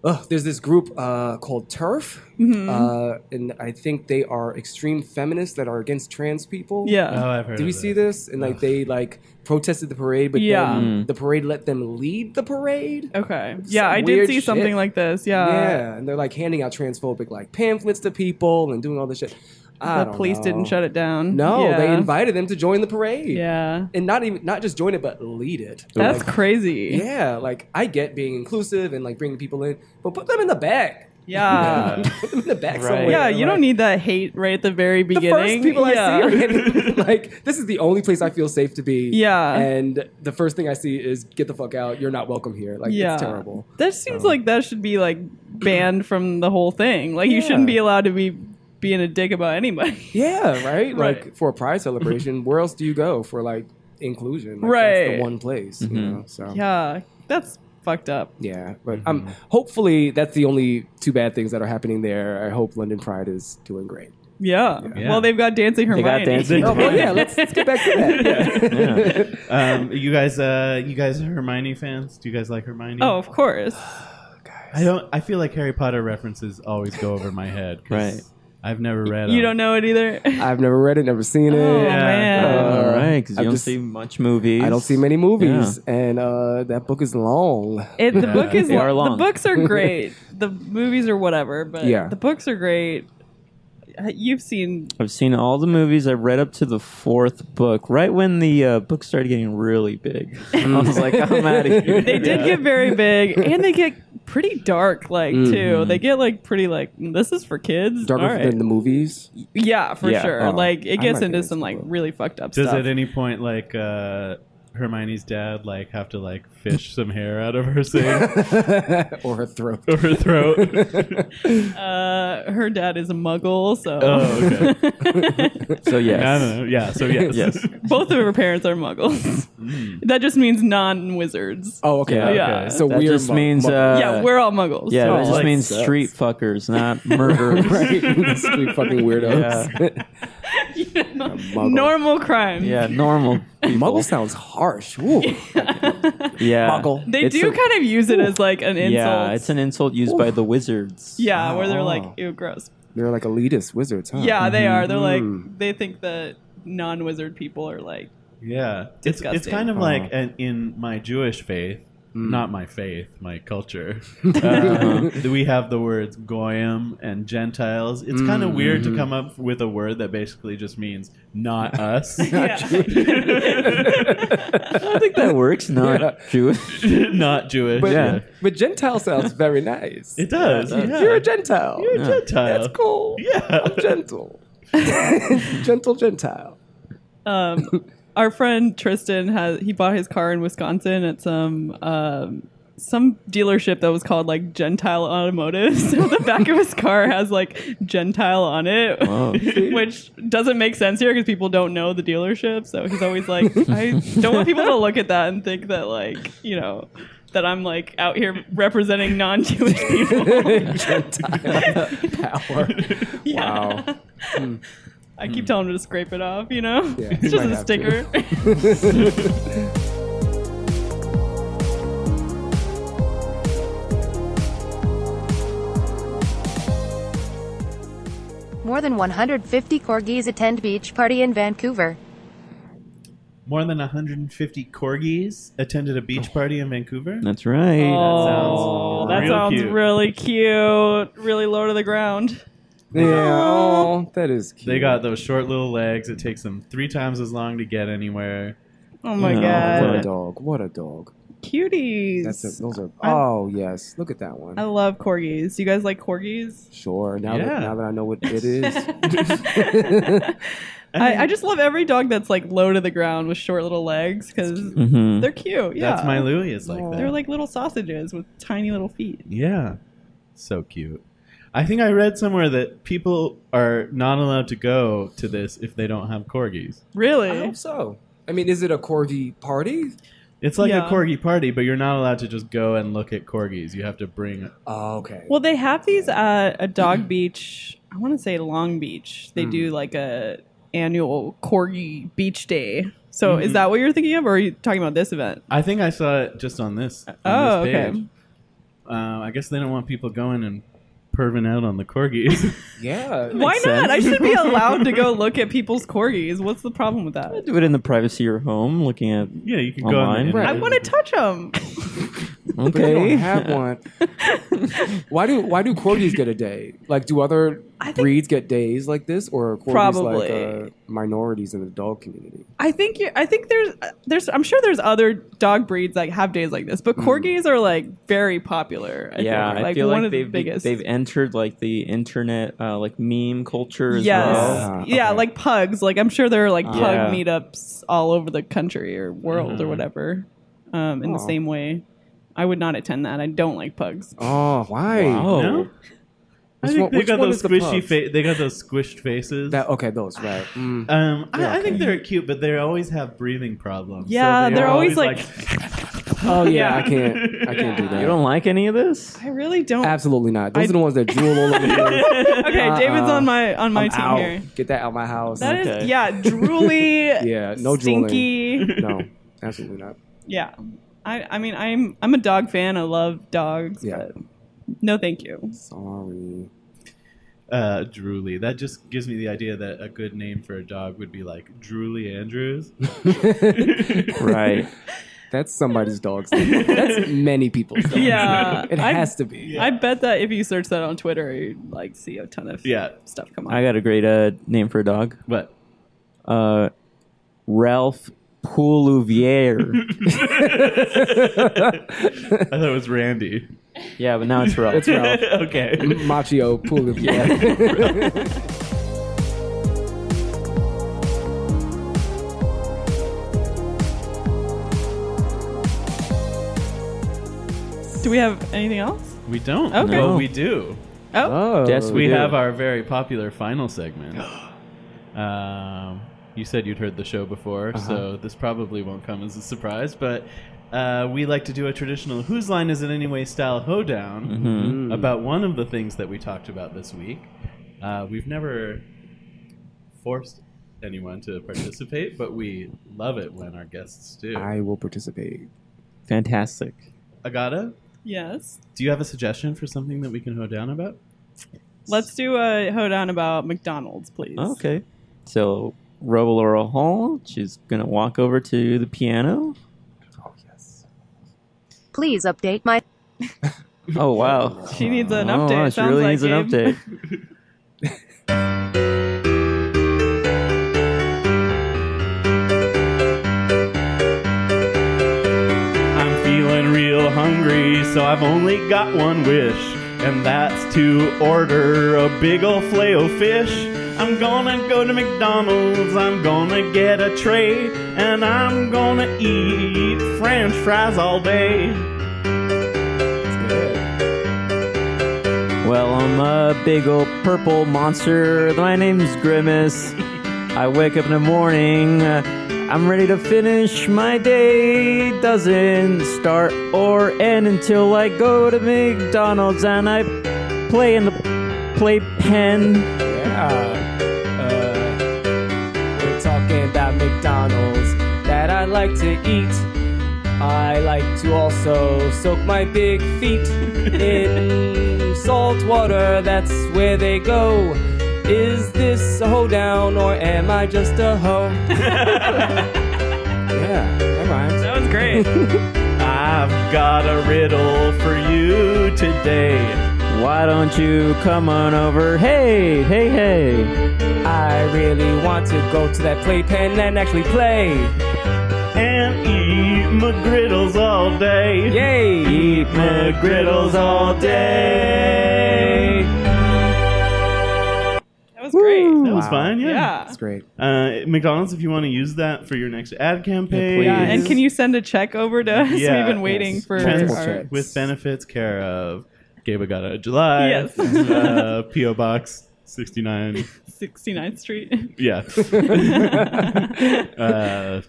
E: Ugh, there's this group uh, called Turf, uh, and I think they are extreme feminists that are against trans people.
B: Oh,
D: Yeah.
B: I've heard
E: Did we
B: of
E: see
B: that.
E: this? And like they like protested the parade, but
D: Yeah.
E: then the parade let them lead the parade.
D: okay. Yeah,
E: some
D: I did
E: weird
D: see something
E: shit.
D: like this. Yeah.
E: yeah, and they're like handing out transphobic like pamphlets to people and doing all this shit. I
D: The
E: don't
D: police
E: know.
D: didn't shut it down.
E: No,
D: yeah.
E: they invited them to join the parade.
D: Yeah.
E: and not even not just join it, but lead it.
D: That's
E: Like,
D: crazy.
E: yeah. Like I get being inclusive and like bringing people in, but put them in the back.
D: Yeah.
B: Uh,
E: Put them in the back
C: Right.
E: somewhere.
D: Yeah, you
E: Like,
D: don't need that hate right at the very
E: the
D: beginning.
E: first people
D: yeah.
E: I see are getting, like this is the only place I feel safe to be.
D: Yeah.
E: And the first thing I see is get the fuck out. You're not welcome here. Like
D: Yeah.
E: it's terrible.
D: That seems like that should be like banned from the whole thing. Like you shouldn't
E: Yeah.
D: be allowed to be being a dick about anybody.
E: Yeah, right?
D: Right.
E: Like for a pride celebration, where else do you go for like inclusion? Like,
D: Right.
E: That's the one place, you know. So
D: Yeah, that's fucked up.
E: Yeah, but um, hopefully that's the only two bad things that are happening there. I hope London Pride is doing great.
D: Yeah.
B: Yeah.
D: Well, they've got dancing
C: They
D: Hermione.
C: got dancing.
E: Oh, well, yeah, let's, let's get back to that. Yeah.
C: Yeah.
B: Um, you guys, uh, you guys are Hermione fans? Do you guys like Hermione?
D: Oh, of course.
B: I don't. I feel like Harry Potter references always go over my head. 'cause
C: Right.
B: I've never read.
D: You
B: them.
D: don't know it either.
E: I've never read it, never seen it.
D: Oh
B: Yeah.
E: Uh,
D: man.
C: Uh, All right, because you
E: I'm
C: don't
E: just-
C: see much movies.
E: I don't see many movies, and uh, that book is long.
D: It, the book is
C: They are
D: long.
C: long.
D: The books are great. the movies are whatever, but
E: Yeah.
D: the books are great. you've seen
C: I've seen all the movies. I read up to the fourth book, right when the uh, book started getting really big. I was like, I'm out of here.
D: they did get very big and they get pretty dark like too they get like pretty like mm, this is for kids
E: Darker
D: All right.
E: than the movies.
D: yeah for
C: Yeah,
D: sure
C: uh,
D: like it
E: I
D: gets
E: might
D: into
E: read
D: some
E: some
D: like
E: book.
D: really fucked up
B: Does
D: stuff
B: at any point like uh, Hermione's dad like have to like fish some hair out of her sink
E: or her throat.
B: or her throat?
D: uh her dad is a muggle so
B: Oh, okay.
C: So yes,
B: I don't know. Yeah. So yes.
C: Yes.
D: both of her parents are muggles
B: Hmm.
D: that just means non-wizards
E: Oh, okay.
C: Yeah.
D: Yeah.
E: okay. So
C: that
E: we are
C: just
E: mu-
C: means
E: mu-
C: uh,
D: yeah we're all muggles
C: yeah,
D: so.
C: that just
B: like
C: means
B: sucks.
C: street fuckers, not murderers.
E: right. Street fucking weirdos.
D: normal crimes
C: Yeah, normal. people.
E: Muggle sounds harsh. Ooh.
C: Yeah,
E: Muggle.
D: they
C: It's
D: do
C: a-
D: kind of use it as like an insult
C: Yeah, it's an insult used by the wizards.
D: Yeah, where they're like
E: Oh.
D: ew gross
E: They're like elitist wizards, huh?
D: Yeah, they are. They're
E: Mm.
C: Mm-hmm.
D: like they think that non-wizard people are like
B: Yeah. It's it's
D: Disgusting. Hmm.
B: kind of like an, in my Jewish faith, not my faith, my culture. uh, we have the words goyim and gentiles. It's
D: Hmm.
B: kind of weird to come up with a word that basically just means not us.
D: yeah.
C: I don't think that works. Not Jewish.
B: not Jewish.
E: But,
C: Yeah.
E: but Gentile sounds very nice.
B: It does. Yeah,
E: You're a Gentile.
B: You're a Gentile.
E: That's cool.
B: Yeah.
E: I'm gentle. gentle Gentile.
D: um, our friend Tristan has he bought his car in Wisconsin at some um, some dealership that was called like Gentile Automotive. So the back of his car has like Gentile on it, which doesn't make sense here because people don't know the dealership. So he's always like, I don't want people to look at that and think that like you know. That I'm like out here representing non-Jewish people.
E: Gentile power.
D: Yeah.
E: Wow. Hmm.
D: I keep telling him to scrape it off, you know?
E: Yeah, you
D: it's
E: might
D: just a
E: have
D: sticker.
F: More than 150 corgis attend beach party in Vancouver.
B: More than 150 corgis attended a
E: Oh.
B: beach party in Vancouver.
C: That's right.
D: Oh, that
B: real
D: sounds
B: cute.
D: really cute. Really low to the ground.
E: Yeah, oh, that is cute.
B: They got those short little legs. It takes them three times as long to get anywhere.
D: Oh my
C: No.
E: What a
D: god.
E: dog. What a dog.
D: Cuties.
E: That's a, those are. Oh, yes. Look at that
D: I
E: one.
D: love corgis. Do you guys like corgis?
E: Sure. Now,
B: Yeah.
E: that, now that I know what it is.
D: I, I just love every dog that's like low to the ground with short little legs because
C: Mhm.
D: they're cute. Yeah.
B: That's my Louie is like that.
D: They're like little sausages with tiny little feet.
B: yeah, so cute. I think I read somewhere that people are not allowed to go to this if they don't have corgis.
D: Really?
E: I hope so. I mean, is it a corgi party?
B: It's like
D: Yeah.
B: a corgi party, but you're not allowed to just go and look at corgis. You have to bring.
E: Oh, okay.
D: Well, they have these at a
C: Mm-hmm.
D: dog beach. I want to say Long Beach. They
C: Mm.
D: do like a annual corgi beach day. So
C: Mm-hmm.
D: is that what you're thinking of, or are you talking about this event?
B: I think I saw it just on this. On
D: Oh,
B: this
D: okay.
B: page. Um, I guess they don't want people going and perving out on the corgis.
E: yeah.
D: Why
C: Makes
D: not?
C: sense.
D: I should be allowed to go look at people's corgis. What's the problem with that?
C: Do it in the privacy of your home, looking at.
B: yeah, you can go on.
C: Online?
B: the
D: I
B: internet.
D: want to touch them.
E: But they
C: Okay.
E: don't have one. why do why do corgis get a day? Like, do other
D: I think-
E: breeds get days like this, or are corgis
D: Probably.
E: like uh, minorities in the dog community?
D: I think you. I think there's there's. I'm sure there's other dog breeds that have days like this, but corgis are like very popular. I
C: Mm. yeah,
D: think.
C: I
D: like
C: feel
D: one
C: like
D: of
C: they've
D: the
C: be-
D: biggest.
C: they've entered like the internet uh, like meme culture as
D: Yes.
C: well.
E: Ah,
D: yeah,
E: okay.
D: like pugs. Like I'm sure there are like pug
C: Yeah.
D: meetups all over the country or world
C: Mm-hmm.
D: or whatever. Um, in the
E: Aw.
D: same way, I would not attend that. I don't like pugs.
E: Oh, why?
C: Wow.
B: No? I
E: Which
B: think
E: one-
B: they
E: which
B: got
E: one
B: those
E: is the
B: squishy
E: pugs?
B: fa- they got those squished faces.
E: That okay, those right? Mm.
B: um, I, I think they're cute, but they always have breathing problems. So
D: Yeah, they're always,
E: Oh yeah, I can't, I can't do
C: You
E: that.
C: don't like any of this?
D: I really don't.
E: Absolutely not.
D: I-
E: Those are the ones that drool all over the place.
D: okay,
E: Uh-uh.
D: David's on my on my
E: I'm
D: team
E: out.
D: here.
E: Get that out of my house.
D: That is
C: Okay.
D: yeah, drooly.
E: Yeah, no drooling.
D: stinky.
E: no, absolutely not.
D: Yeah, I I mean I'm I'm a dog fan. I love dogs.
E: Yeah.
D: but no, thank you.
E: Sorry.
B: uh, Drooly. That just gives me the idea that a good name for a dog would be like Drooly Andrews.
C: right.
E: That's somebody's dog's name. That's many people's dog's
D: Yeah,
E: name. It
D: I'm-
E: has to be.
D: I bet that if you search that on Twitter, you'd like see a ton of
B: Yeah.
D: stuff come up.
C: I got a great uh, name for a dog.
B: But
C: Uh, Ralph Poulouvier.
B: I thought it was Randy.
C: yeah, but now it's Ralph.
E: It's Ralph.
B: okay.
E: Machio Puluvier.
D: Do we have anything else?
B: We don't.
D: Okay.
B: Well,
C: No.
B: we do.
D: Oh,
C: Yes,
B: We
C: do.
B: have our very popular final segment. um, you said you'd heard the show before, so this probably won't come as a surprise, but uh, we like to do a traditional Whose Line Is It Anyway style
C: Mm-hmm.
B: hoedown
E: Hmm. Mm.
B: about one of the things that we talked about this week. Uh, we've never forced anyone to participate, but we love it when our guests do.
E: I will participate.
C: fantastic.
B: Agata,
D: yes.
B: do you have a suggestion for something that we can hoe down about?
D: Let's do a hoedown about McDonald's, please.
C: Okay. So Rebel Laura Hall, she's gonna walk over to the piano.
E: Oh, yes.
F: Please update my.
C: Oh wow.
D: She needs an
C: Oh, wow,
D: update.
C: she
D: sounds
C: really
D: like
C: needs an
D: Gabe.
C: update.
B: I'm feeling real hungry, so I've only got one wish, and that's to order a big ol' flail fish. I'm gonna go to McDonald's, I'm gonna get a tray, and I'm gonna eat french fries all day.
C: Well, I'm a big old purple monster. My name's Grimace. I wake up in the morning. uh, I'm ready to finish my day. Doesn't start or end until I go to McDonald's and I play in the play pen.
E: Yeah. Uh, we're talking about McDonald's that I like to eat. I like to also soak my big feet in salt water. That's where they go. Is this a hoedown or am I just a hoe? yeah, that rhymes.
D: That was great.
B: I've got a riddle for you today.
C: Why don't you come on over? Hey, hey, hey.
E: I really want to go to that playpen and actually play.
B: And eat McGriddles all day.
E: Yay!
B: Eat McGriddles all day.
D: That was great.
B: That was
E: Wow.
B: fine,
D: Yeah.
E: That's great.
B: Uh, McDonald's, if you want to use that for your next ad campaign,
E: please.
D: Yeah, and can you send a check over to us?
B: Yeah,
D: We've been waiting
E: yes.
D: for
B: Trans-
E: Multiple
D: our,
E: checks.
B: with benefits, care of Gabe Agata July,
D: Yes.
B: uh, PO Box sixty nine,
D: 69th Street,
B: yeah, uh,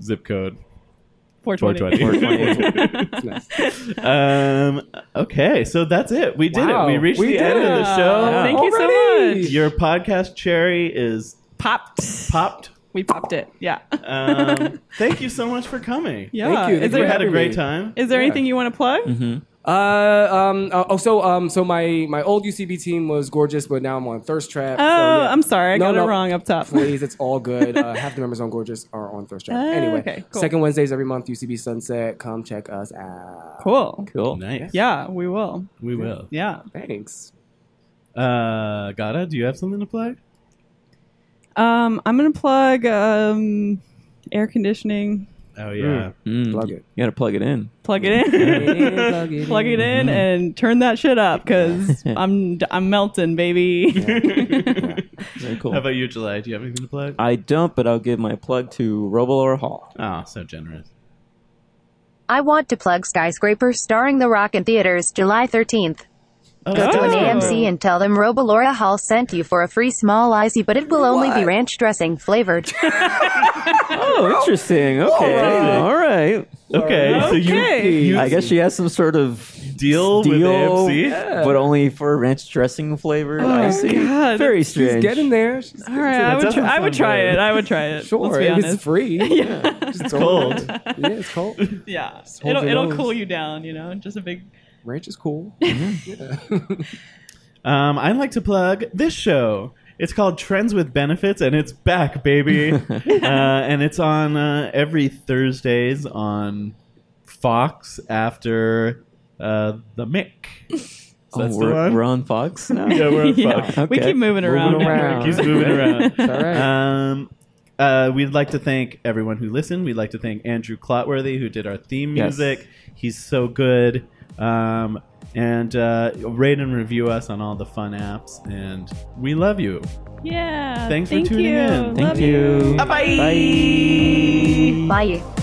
B: zip code
D: 420.
B: 420. um, okay, so that's it. We did
E: Wow,
B: it. We reached
E: we
B: the
E: did
B: end of the
D: it.
B: show.
D: Yeah. Thank you so
E: Already!
D: much.
B: Your podcast cherry is
D: Popped.
B: popped.
D: We popped it. Yeah.
B: Um, thank you so much for coming.
D: yeah.
E: you.
D: Is
E: Thank you
B: We
D: there,
B: had a
E: having
B: great
E: me.
B: time.
D: is there anything you want to plug?
E: Uh, um, uh, oh, so, um, so my, my old UCB team was gorgeous, but now I'm on Thirst Trap.
D: Oh, I'm sorry. I
E: No,
D: got
E: no.
D: it wrong up top.
E: Please, it's all good. Uh, half the members on Gorgeous are on Thirst Trap.
D: Ah,
E: anyway,
D: okay, cool.
E: second Wednesdays every month, UCB Sunset. Come check us out.
D: Cool.
C: Cool.
B: Nice.
D: Yeah, we will.
B: We will.
D: Yeah.
E: Thanks.
B: Uh, Gata, do you have something to plug?
D: Um, I'm going to plug um, air conditioning.
B: Oh yeah.
C: Mm,
E: Plug it.
C: You gotta plug it in.
D: Plug it in. plug it in and turn that shit up because I'm, I'm melting, baby.
C: Very cool.
B: How about you, July? Do you have anything to plug?
C: I don't, but I'll give my plug to Robolor Hall.
B: Oh, so generous.
F: I want to plug Skyscraper starring The Rock in theaters July 13th.
B: Oh,
F: Go to an
D: Oh.
F: AMC and tell them Robalora Hall sent you for a free small icy, but it will only be ranch dressing flavored.
C: Oh, interesting. Okay. All right.
B: okay. So you,
D: Okay.
B: you
C: I guess she has some sort of
B: deal, with
C: deal,
B: AMC.
C: but only for ranch dressing flavor. I see.
D: God.
C: Very strange.
E: She's getting there. She's
D: All right, I would,
B: doesn't
D: try, I would
B: sound
D: try
B: bad.
D: it. I would try it.
E: sure.
D: Let's be
E: if
D: honest.
E: it's free. Yeah. It's
B: Cold.
E: Yeah, it's cold.
D: yeah,
E: hold
D: it'll
E: your
D: it'll
E: nose.
D: cool you down. You know, just a big.
E: Ranch is cool.
B: Um, I'd like to plug this show. It's called Trends with Benefits, and it's back, baby. uh, and it's on uh, every Thursdays on Fox after uh, the Mick. So that's
C: oh,
B: the
C: we're,
B: one.
C: we're on Fox now.
B: Yeah, we're on
D: Yeah.
B: Fox.
D: We
C: Okay.
D: keep moving around.
E: around.
B: Keeps moving around.
E: All right.
B: Um, uh, we'd like to thank everyone who listened. We'd like to thank Andrew Clotworthy, who did our theme
C: Yes.
B: music. He's so good. Um, and uh, rate and review us on all the fun apps. And we love you.
D: Yeah.
B: Thanks for
D: thank
B: tuning
D: you.
B: in.
C: Thank
D: Love
C: you.
D: Bye-bye.
C: Bye.
F: Bye.